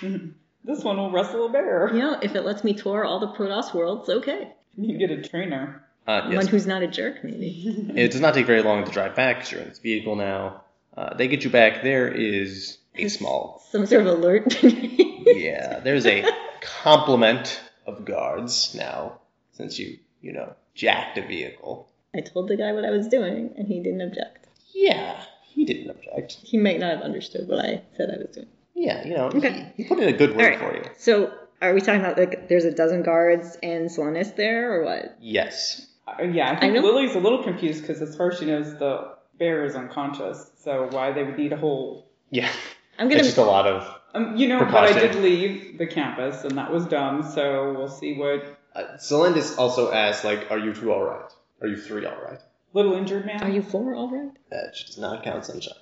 [SPEAKER 3] This one will wrestle a bear.
[SPEAKER 4] You know, if it lets me tour all the Protoss worlds, okay.
[SPEAKER 3] You get a trainer.
[SPEAKER 2] Uh,
[SPEAKER 4] One
[SPEAKER 2] yes.
[SPEAKER 4] who's not a jerk, maybe.
[SPEAKER 2] It does not take very long to drive back 'cause you're in this vehicle now. Uh, they get you back. There is a small
[SPEAKER 4] Some sort of alert.
[SPEAKER 2] yeah, there's a complement of guards now since you, you know, jacked a vehicle.
[SPEAKER 4] <laughs> I told the guy what I was doing, and he didn't object.
[SPEAKER 2] Yeah, he didn't object.
[SPEAKER 4] He might not have understood what I said I was doing.
[SPEAKER 2] Yeah, you know,
[SPEAKER 4] Okay.
[SPEAKER 2] he, he put in a good word
[SPEAKER 4] Alright.
[SPEAKER 2] for you.
[SPEAKER 4] So, are we talking about like there's a dozen guards and Solanis there, or what?
[SPEAKER 2] Yes.
[SPEAKER 3] Uh, yeah, I
[SPEAKER 4] I
[SPEAKER 3] think
[SPEAKER 4] know.
[SPEAKER 3] Lily's a little confused because as far as she knows, the bear is unconscious. So why they would need a whole.
[SPEAKER 2] Yeah.
[SPEAKER 4] I'm
[SPEAKER 2] It's
[SPEAKER 4] gonna.
[SPEAKER 2] just a lot of.
[SPEAKER 3] Um, you know, but I did
[SPEAKER 2] Precaution.
[SPEAKER 3] leave the campus, and that was dumb. So we'll see what
[SPEAKER 2] Uh, Celendis also asked, like, are you two all right? Are you three all right?
[SPEAKER 3] little injured man.
[SPEAKER 4] Are you four all right?
[SPEAKER 2] That does not count, Sunshine.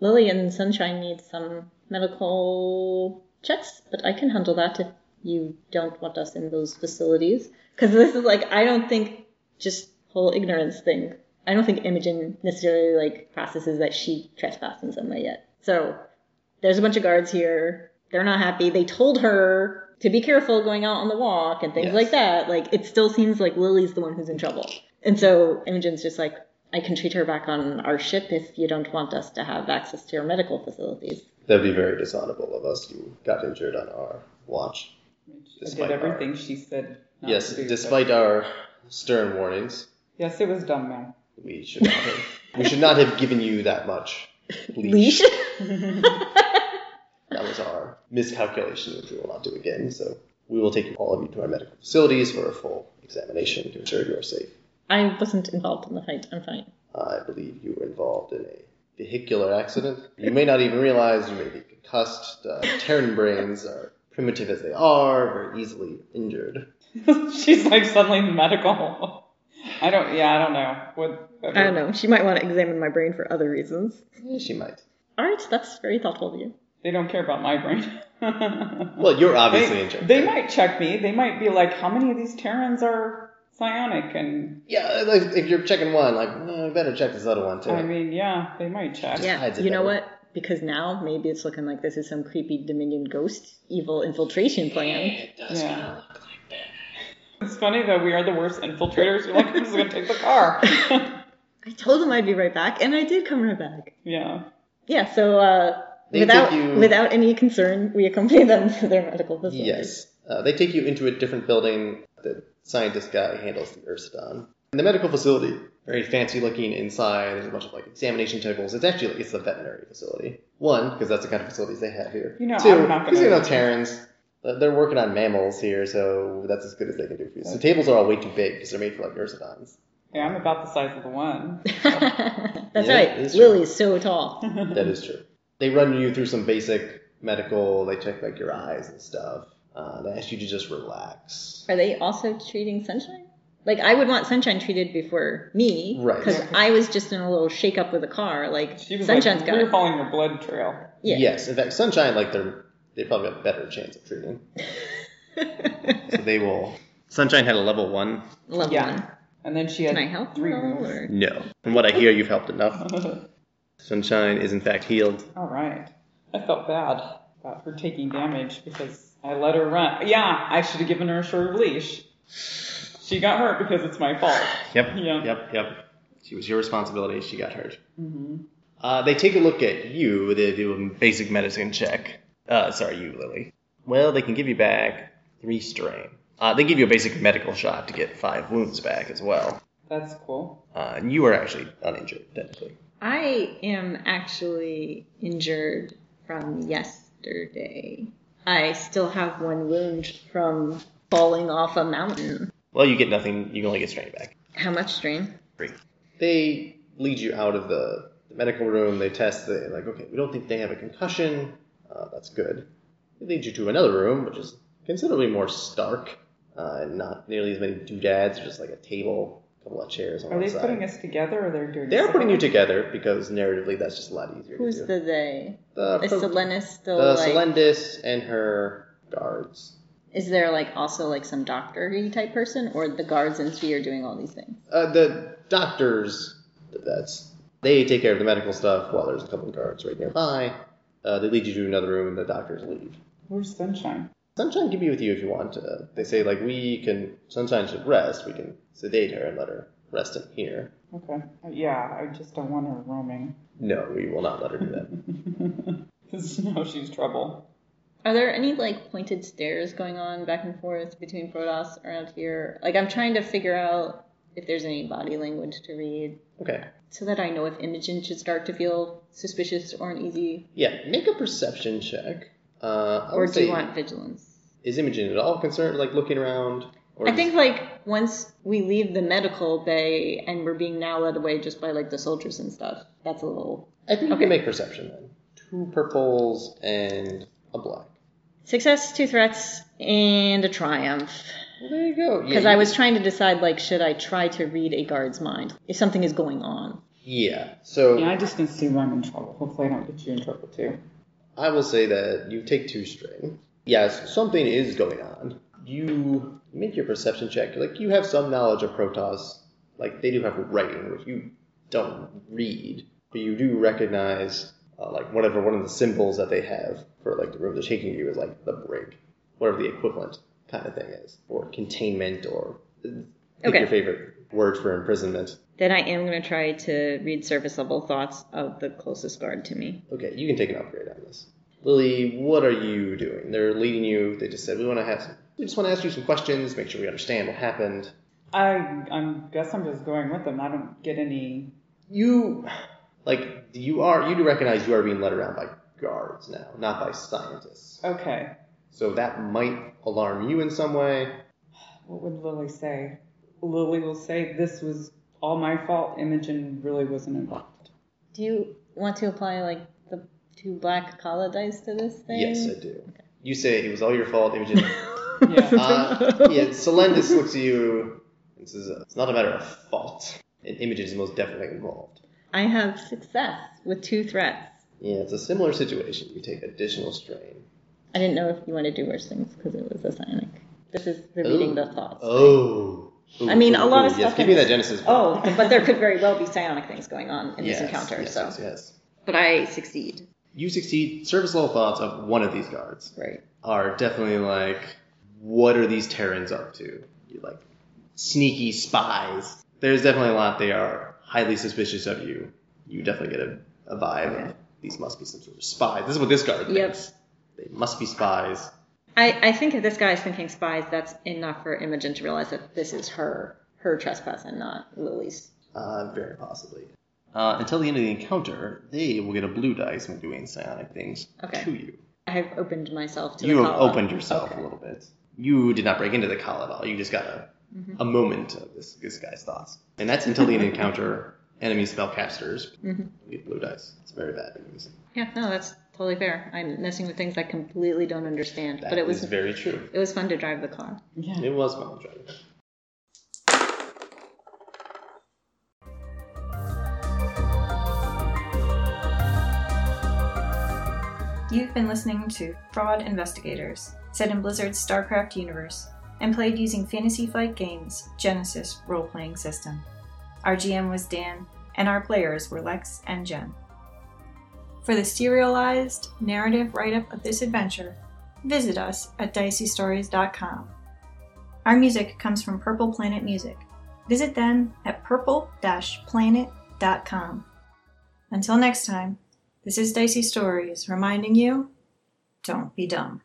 [SPEAKER 4] Lily and Sunshine need some medical checks, but I can handle that if you don't want us in those facilities. Because this is like, I don't think just whole ignorance thing. I don't think Imogen necessarily like processes that she trespassed in some way yet. So there's a bunch of guards here. They're not happy. They told her to be careful going out on the walk and things
[SPEAKER 2] Yes.
[SPEAKER 4] like that. Like it still seems like Lily's the one who's in trouble. And so Imogen's just like, I can treat her back on our ship if you don't want us to have access to your medical facilities.
[SPEAKER 2] That'd be very dishonorable of us who got injured on our watch.
[SPEAKER 3] I did
[SPEAKER 2] Despite our-
[SPEAKER 3] everything she said. not
[SPEAKER 2] yes,
[SPEAKER 3] to do, but-
[SPEAKER 2] despite our stern warnings,
[SPEAKER 3] Yes, it was dumb, man.
[SPEAKER 2] we should not have, we should not have given you that much
[SPEAKER 4] Leash?
[SPEAKER 2] That was our miscalculation, which we will not do again. So we will take all of you to our medical facilities for a full examination to ensure you are safe.
[SPEAKER 4] <laughs> I wasn't involved in the fight. I'm fine.
[SPEAKER 2] I believe you were involved in a vehicular accident. You may not even realize you may be concussed. Uh, Terran brains are primitive as they are, very easily injured.
[SPEAKER 3] <laughs> She's like suddenly medical. I don't. Yeah, I don't know. What?
[SPEAKER 4] I don't know. She might want to examine my brain for other reasons.
[SPEAKER 2] Eh, she might.
[SPEAKER 4] All right, that's very thoughtful of you.
[SPEAKER 3] They don't care about my
[SPEAKER 2] <laughs>
[SPEAKER 3] brain.
[SPEAKER 2] Well, you're obviously
[SPEAKER 3] they,
[SPEAKER 2] injured.
[SPEAKER 3] they might check me. They might be like, how many of these Terrans are psionic? And
[SPEAKER 2] Yeah, like, if you're checking one, like, "Eh, we better check this other one too.
[SPEAKER 3] I mean, yeah, they might check.
[SPEAKER 4] Yeah,
[SPEAKER 2] hides it
[SPEAKER 4] you know
[SPEAKER 2] better.
[SPEAKER 4] what? Because now maybe it's looking like this is some creepy Dominion ghost evil infiltration plan.
[SPEAKER 2] it does
[SPEAKER 3] Yeah.
[SPEAKER 2] kinda look like that.
[SPEAKER 3] It's funny though. We are the worst infiltrators. We're like, I'm just gonna take the
[SPEAKER 4] <laughs>
[SPEAKER 3] car. <laughs>
[SPEAKER 4] I told him I'd be right back, and I did come right back.
[SPEAKER 3] yeah.
[SPEAKER 4] Yeah, so uh,
[SPEAKER 2] They
[SPEAKER 4] without
[SPEAKER 2] give you-
[SPEAKER 4] without any concern, we accompany them to their medical facility.
[SPEAKER 2] Yes. Uh, they take you into a different building. The scientist guy handles the Ursidon. And the medical facility, very fancy looking inside. There's a bunch of like examination tables. It's actually it's a veterinary facility. One, because that's the kind of facilities they have here.
[SPEAKER 3] You know,
[SPEAKER 2] Two,
[SPEAKER 3] I'm not
[SPEAKER 2] 'cause you
[SPEAKER 3] gonna-
[SPEAKER 2] know Terrans. uh, They're working on mammals here, so that's as good as they can do for you. So the tables are all way too big because they're made for like Ursidons.
[SPEAKER 3] Yeah, I'm about the size of the one.
[SPEAKER 4] <laughs> That's
[SPEAKER 2] Yeah,
[SPEAKER 4] right.
[SPEAKER 2] that's
[SPEAKER 4] Lily's so tall.
[SPEAKER 3] Mm-hmm.
[SPEAKER 2] That is true. They run you through some basic medical. They check like your eyes and stuff. Uh, they ask you to just relax.
[SPEAKER 4] Are they also treating Sunshine? Like I would want Sunshine treated before me,
[SPEAKER 2] Right.
[SPEAKER 4] Because I was just in a little shakeup with a car. Like
[SPEAKER 3] She was
[SPEAKER 4] Sunshine's
[SPEAKER 3] like,
[SPEAKER 4] got
[SPEAKER 3] we were following your blood trail.
[SPEAKER 4] Yeah.
[SPEAKER 2] Yes. In fact, sunshine, like they're they probably have a better chance of treating.
[SPEAKER 4] <laughs>
[SPEAKER 2] so they will. Sunshine had a level one.
[SPEAKER 4] level
[SPEAKER 3] Yeah.
[SPEAKER 4] one.
[SPEAKER 3] And then she had
[SPEAKER 4] Can I help?
[SPEAKER 3] three
[SPEAKER 4] at all,
[SPEAKER 3] moves.
[SPEAKER 4] or-
[SPEAKER 2] No. From what I hear, you've helped enough.
[SPEAKER 3] <laughs>
[SPEAKER 2] Sunshine is in fact healed.
[SPEAKER 3] All right. I felt bad about her taking damage because I let her run. Yeah, I should have given her a shorter leash. She got hurt because it's my fault.
[SPEAKER 2] Yep.
[SPEAKER 3] Yeah.
[SPEAKER 2] Yep. Yep. She was your responsibility. She got hurt. Uh, they take a look at you. They do a basic medicine check. Uh, sorry, you, Lily. Well, they can give you back three strain. Uh, they give you a basic medical shot to get five wounds back as well.
[SPEAKER 3] That's cool.
[SPEAKER 2] Uh, and you are actually uninjured, technically.
[SPEAKER 4] I am actually injured from yesterday. I still have one wound from falling off a mountain.
[SPEAKER 2] Well, you get nothing. You can only get strain back.
[SPEAKER 4] How much strain?
[SPEAKER 2] They lead you out of the, the medical room. They test. They like, okay, we don't think they have a concussion. Uh, that's good. They lead you to another room, which is considerably more stark. Uh, and not nearly as many doodads. Just like a table, a couple of chairs on
[SPEAKER 3] Are
[SPEAKER 2] one
[SPEAKER 3] they
[SPEAKER 2] side.
[SPEAKER 3] putting us together or they're doing
[SPEAKER 2] They're
[SPEAKER 3] it
[SPEAKER 2] putting you together because narratively that's just a lot easier.
[SPEAKER 4] Who's
[SPEAKER 2] to do.
[SPEAKER 4] the they?
[SPEAKER 2] the
[SPEAKER 4] Is
[SPEAKER 2] pro-
[SPEAKER 4] Selenis still
[SPEAKER 2] the
[SPEAKER 4] like?
[SPEAKER 2] Celendis and her guards?
[SPEAKER 4] Is there like also like some doctor type person, or the guards and three are doing all these things?
[SPEAKER 2] Uh, the doctors. Uh, That's They take care of the medical stuff while there's a couple of guards right nearby. Uh, they lead you to another room and the doctors leave.
[SPEAKER 3] Where's Sunshine?
[SPEAKER 2] Sunshine can be with you if you want. Uh, they say, like, we can, Sunshine should rest. We can sedate her and let her rest in here.
[SPEAKER 3] Okay. Uh, Yeah, I just don't want her roaming. <laughs>
[SPEAKER 2] No, we will not let her do
[SPEAKER 4] <laughs>
[SPEAKER 2] that.
[SPEAKER 3] Because now she's trouble.
[SPEAKER 4] Are there any like pointed stairs going on back and forth between Protoss around here? Like I'm trying to figure out if there's any body language to read
[SPEAKER 2] Okay.
[SPEAKER 4] so that I know if Imogen should start to feel suspicious or uneasy,
[SPEAKER 2] Yeah, make a perception check. Uh, I
[SPEAKER 4] or
[SPEAKER 2] would
[SPEAKER 4] do you
[SPEAKER 2] say-
[SPEAKER 4] want vigilance?
[SPEAKER 2] Is Imogen at all concerned, like, looking around? Or
[SPEAKER 4] I think like once we leave the medical bay and we're being now led away just by like the soldiers and stuff, that's a little
[SPEAKER 2] I think you
[SPEAKER 4] okay.
[SPEAKER 2] can make perception then. Two purples and a black.
[SPEAKER 4] success, two threats, and a triumph.
[SPEAKER 2] Well, there you go.
[SPEAKER 4] Because
[SPEAKER 2] yeah,
[SPEAKER 4] I
[SPEAKER 2] you-
[SPEAKER 4] was trying to decide like should I try to read a guard's mind if something is going on.
[SPEAKER 2] Yeah. So
[SPEAKER 3] Yeah, I just can see why I'm in trouble. Hopefully, I don't get you in trouble too.
[SPEAKER 2] I will say that you take two string. Yes, something is going on. You make your perception check. Like you have some knowledge of Protoss. Like they do have writing, which you don't read, but you do recognize uh, like whatever one of the symbols that they have for like the room they're taking you is like the break, whatever the equivalent kind of thing is, or containment, or uh, pick
[SPEAKER 4] Okay.
[SPEAKER 2] your favorite word for imprisonment.
[SPEAKER 4] Then I am going to try to read surface level thoughts of the closest guard to me.
[SPEAKER 2] Okay, you can take an upgrade on this. Lily, what are you doing? They're leading you. They just said we want to have. We just want to ask you some questions, make sure we understand what happened.
[SPEAKER 3] I I guess I'm just going with them. I don't get any.
[SPEAKER 2] You, like, you are. You do recognize you are being led around by guards now, not by scientists.
[SPEAKER 3] Okay.
[SPEAKER 2] So that might alarm you in some way.
[SPEAKER 3] What would Lily say? Lily will say this was all my fault. Imogen really wasn't involved.
[SPEAKER 4] Do you want to apply like the two black kala dice to this thing?
[SPEAKER 2] Yes, I do. You say it was all your fault, Imogen.
[SPEAKER 3] Yeah.
[SPEAKER 2] Uh, yeah, Solendis looks at you and says, "It's not a matter of fault. And Imogen is most definitely involved."
[SPEAKER 4] I have success with two threats.
[SPEAKER 2] Yeah, it's a similar situation. You take additional strain.
[SPEAKER 4] I didn't know if you want to do worse things because it was a psionic. This is the
[SPEAKER 2] Ooh.
[SPEAKER 4] reading the thoughts.
[SPEAKER 2] Oh.
[SPEAKER 4] I mean, a lot of
[SPEAKER 2] Yes,
[SPEAKER 4] stuff
[SPEAKER 2] give
[SPEAKER 4] in
[SPEAKER 2] me that
[SPEAKER 4] this-
[SPEAKER 2] Genesis.
[SPEAKER 4] Oh, but there could very well be psionic things going on in
[SPEAKER 2] yes,
[SPEAKER 4] this encounter.
[SPEAKER 2] Yes,
[SPEAKER 4] so,
[SPEAKER 2] yes, yes.
[SPEAKER 4] but I succeed.
[SPEAKER 2] You succeed. Service level thoughts of one of these guards
[SPEAKER 4] Right.
[SPEAKER 2] are definitely like, what are these Terrans up to? You like sneaky spies. There's definitely a lot. They are highly suspicious of you. You definitely get a, a vibe. of
[SPEAKER 4] Okay.
[SPEAKER 2] These must be some sort of spies. This is what this guard
[SPEAKER 4] Yep.
[SPEAKER 2] thinks. They must be spies.
[SPEAKER 4] I, I think if this guy's thinking spies, that's enough for Imogen to realize that this is her her trespass and not Lily's.
[SPEAKER 2] Uh, very possibly. Uh, until the end of the encounter, they will get a blue dice when doing psionic things
[SPEAKER 4] Okay.
[SPEAKER 2] to you.
[SPEAKER 4] I have opened myself to
[SPEAKER 2] you
[SPEAKER 4] the
[SPEAKER 2] have
[SPEAKER 4] column.
[SPEAKER 2] opened yourself
[SPEAKER 4] Okay.
[SPEAKER 2] a little bit. You did not break into the call at all. You just got a,
[SPEAKER 4] Mm-hmm.
[SPEAKER 2] a moment of this, this guy's thoughts. And that's until the
[SPEAKER 4] <laughs>
[SPEAKER 2] encounter enemy spellcasters.
[SPEAKER 4] Mhm.
[SPEAKER 2] You get blue dice. It's very bad news.
[SPEAKER 4] Yeah, no, that's totally fair. I'm messing with things I completely don't understand,
[SPEAKER 2] That
[SPEAKER 4] but it was
[SPEAKER 2] is very true.
[SPEAKER 4] it was fun to drive the car.
[SPEAKER 3] yeah.
[SPEAKER 2] It was fun to try.
[SPEAKER 1] You've been listening to Fraud Investigators, set in Blizzard's StarCraft universe, and played using Fantasy Flight Games' Genesis role playing system. Our GM was Dan, and our players were Lex and Jen. For the serialized narrative write up of this adventure, visit us at diceystories.com. Our music comes from Purple Planet Music. Visit them at purple planet.com. Until next time, this is Dicey Stories reminding you don't be dumb.